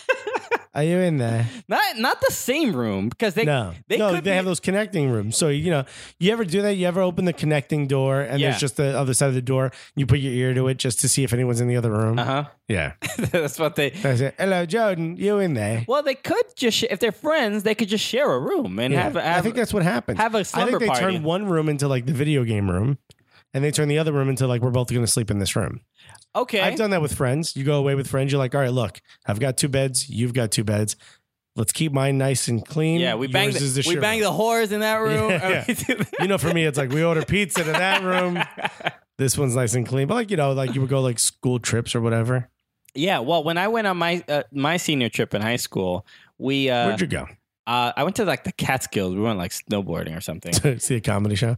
Are you in there?
Not not the same room because they
No,
they
no,
could
they
be-
have those connecting rooms. So you know, you ever do that? You ever open the connecting door and
Yeah.
there's just the other side of the door? You put your ear to it just to see if anyone's in the other room.
Uh-huh.
Yeah,
that's what they
that's it. Hello, Jordan, you in there?
Well, they could just sh- if they're friends, they could just share a room and
Yeah.
have, have
I think that's what happens.
have a
I
slumber
think they
party.
turn one room into like the video game room, and they turn the other room into like we're both going to sleep in this room.
okay.
I've done that with friends. You go away with friends. You're like, all right, look, I've got two beds. You've got two beds. Let's keep mine nice and clean.
yeah, we banged
Yours
the,
is the
we
shit
banged
room."
the whores in that room.
Yeah,
Yeah,
You know, for me, it's like we order pizza to that room. This one's nice and clean. But like you know, like you would go like school trips or whatever.
well, when I went on my uh, my senior trip in high school, we uh,
Where'd you go?
uh I went to like the Catskills. We went like snowboarding or something.
To see a comedy show.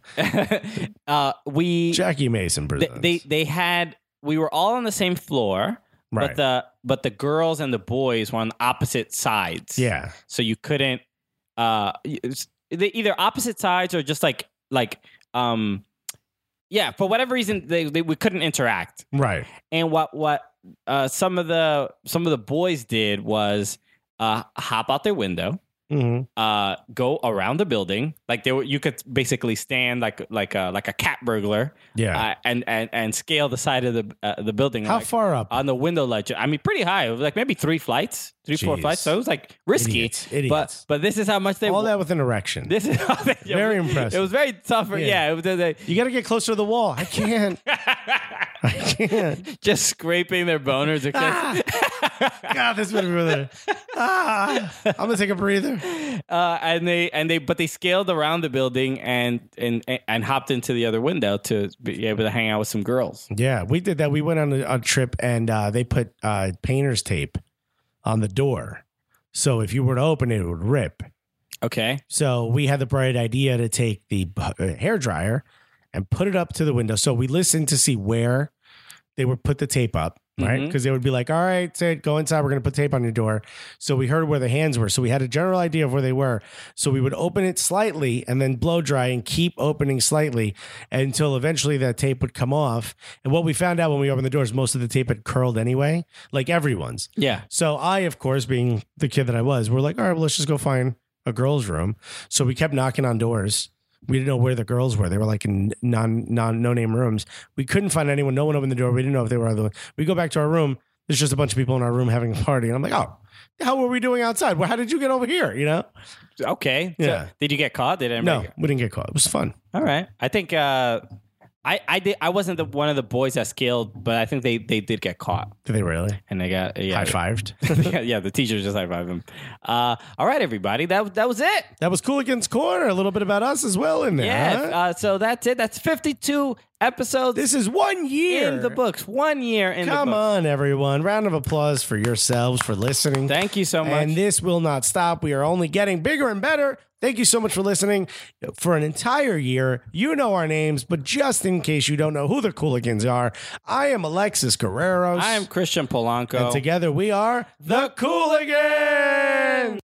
uh, we
Jackie Mason
they,
presents.
they they had we were all on the same floor, but
right.
the but the girls and the boys were on opposite sides.
yeah.
so you couldn't uh y- it's- they either opposite sides or just like like um yeah for whatever reason they, they we couldn't interact
Right.
and what what uh some of the some of the boys did was uh hop out their window
hmm
uh go around the building like they were you could basically stand like like a like a cat burglar
Yeah.
uh, and and and scale the side of the uh, the building
How
like,
far up?
on the window ledge i mean pretty high it was like maybe three flights three four
Jeez.
flights so it was like risky
Idiots. Idiots.
but but this is how much they
All that with an erection.
this is how they,
Very impressive.
It was very tough. For, yeah.
Yeah.
it was they-
you got to get closer to the wall. I can't. I can't.
just scraping their boners. against-
God, this would be really. Ah, I'm gonna take a breather.
uh, and they and they but they scaled around the building and and and hopped into the other window to be able to hang out with some girls.
Yeah, we did that. We went on a, a trip and uh, they put uh, painter's tape on the door, so if you were to open it, it would rip.
Okay.
So we had the bright idea to take the uh, hair dryer and put it up to the window. So we listened to see where they would put the tape up, right?
Mhm.
Because they would be like, "All right, sit, go inside. We're going to put tape on your door." So we heard where the hands were. So we had a general idea of where they were. So we would open it slightly and then blow dry and keep opening slightly until eventually that tape would come off. And what we found out when we opened the doors, most of the tape had curled anyway, like everyone's.
Yeah.
So I, of course, being the kid that I was, we're like, all right, well, let's just go find a girl's room. So we kept knocking on doors. We didn't know where the girls were. They were like in non non no name rooms. We couldn't find anyone. No one opened the door. We didn't know if they were other. We go back to our room. There's just a bunch of people in our room having a party. And I'm like, oh, the hell were we doing outside? Well, how did you get over here? You know?
Okay. So
Yeah.
did you get caught? Did anybody?
No, we didn't get caught. It was fun.
All right. I think uh, I I did. I wasn't the one of the boys that scaled, but I think they they did get caught
Did they really?
and they got yeah.
High fived.
yeah, yeah, the teacher just high five him. Uh, all right, everybody, that that was it.
that was Cool Against Corner. A little bit about us as well in there.
Yeah.
huh?
Uh, so that's it. That's 52 episodes
this is one year
in the books. One year in
Come
the books.
on, everyone. Round of applause for yourselves for listening.
Thank you so much.
And this will not stop. We are only getting bigger and better. Thank you so much for listening for an entire year. You know our names, but just in case you don't know who the Cooligans are, I am Alexis Guerreros.
I am Christian Polanco.
And together we are the Cooligans.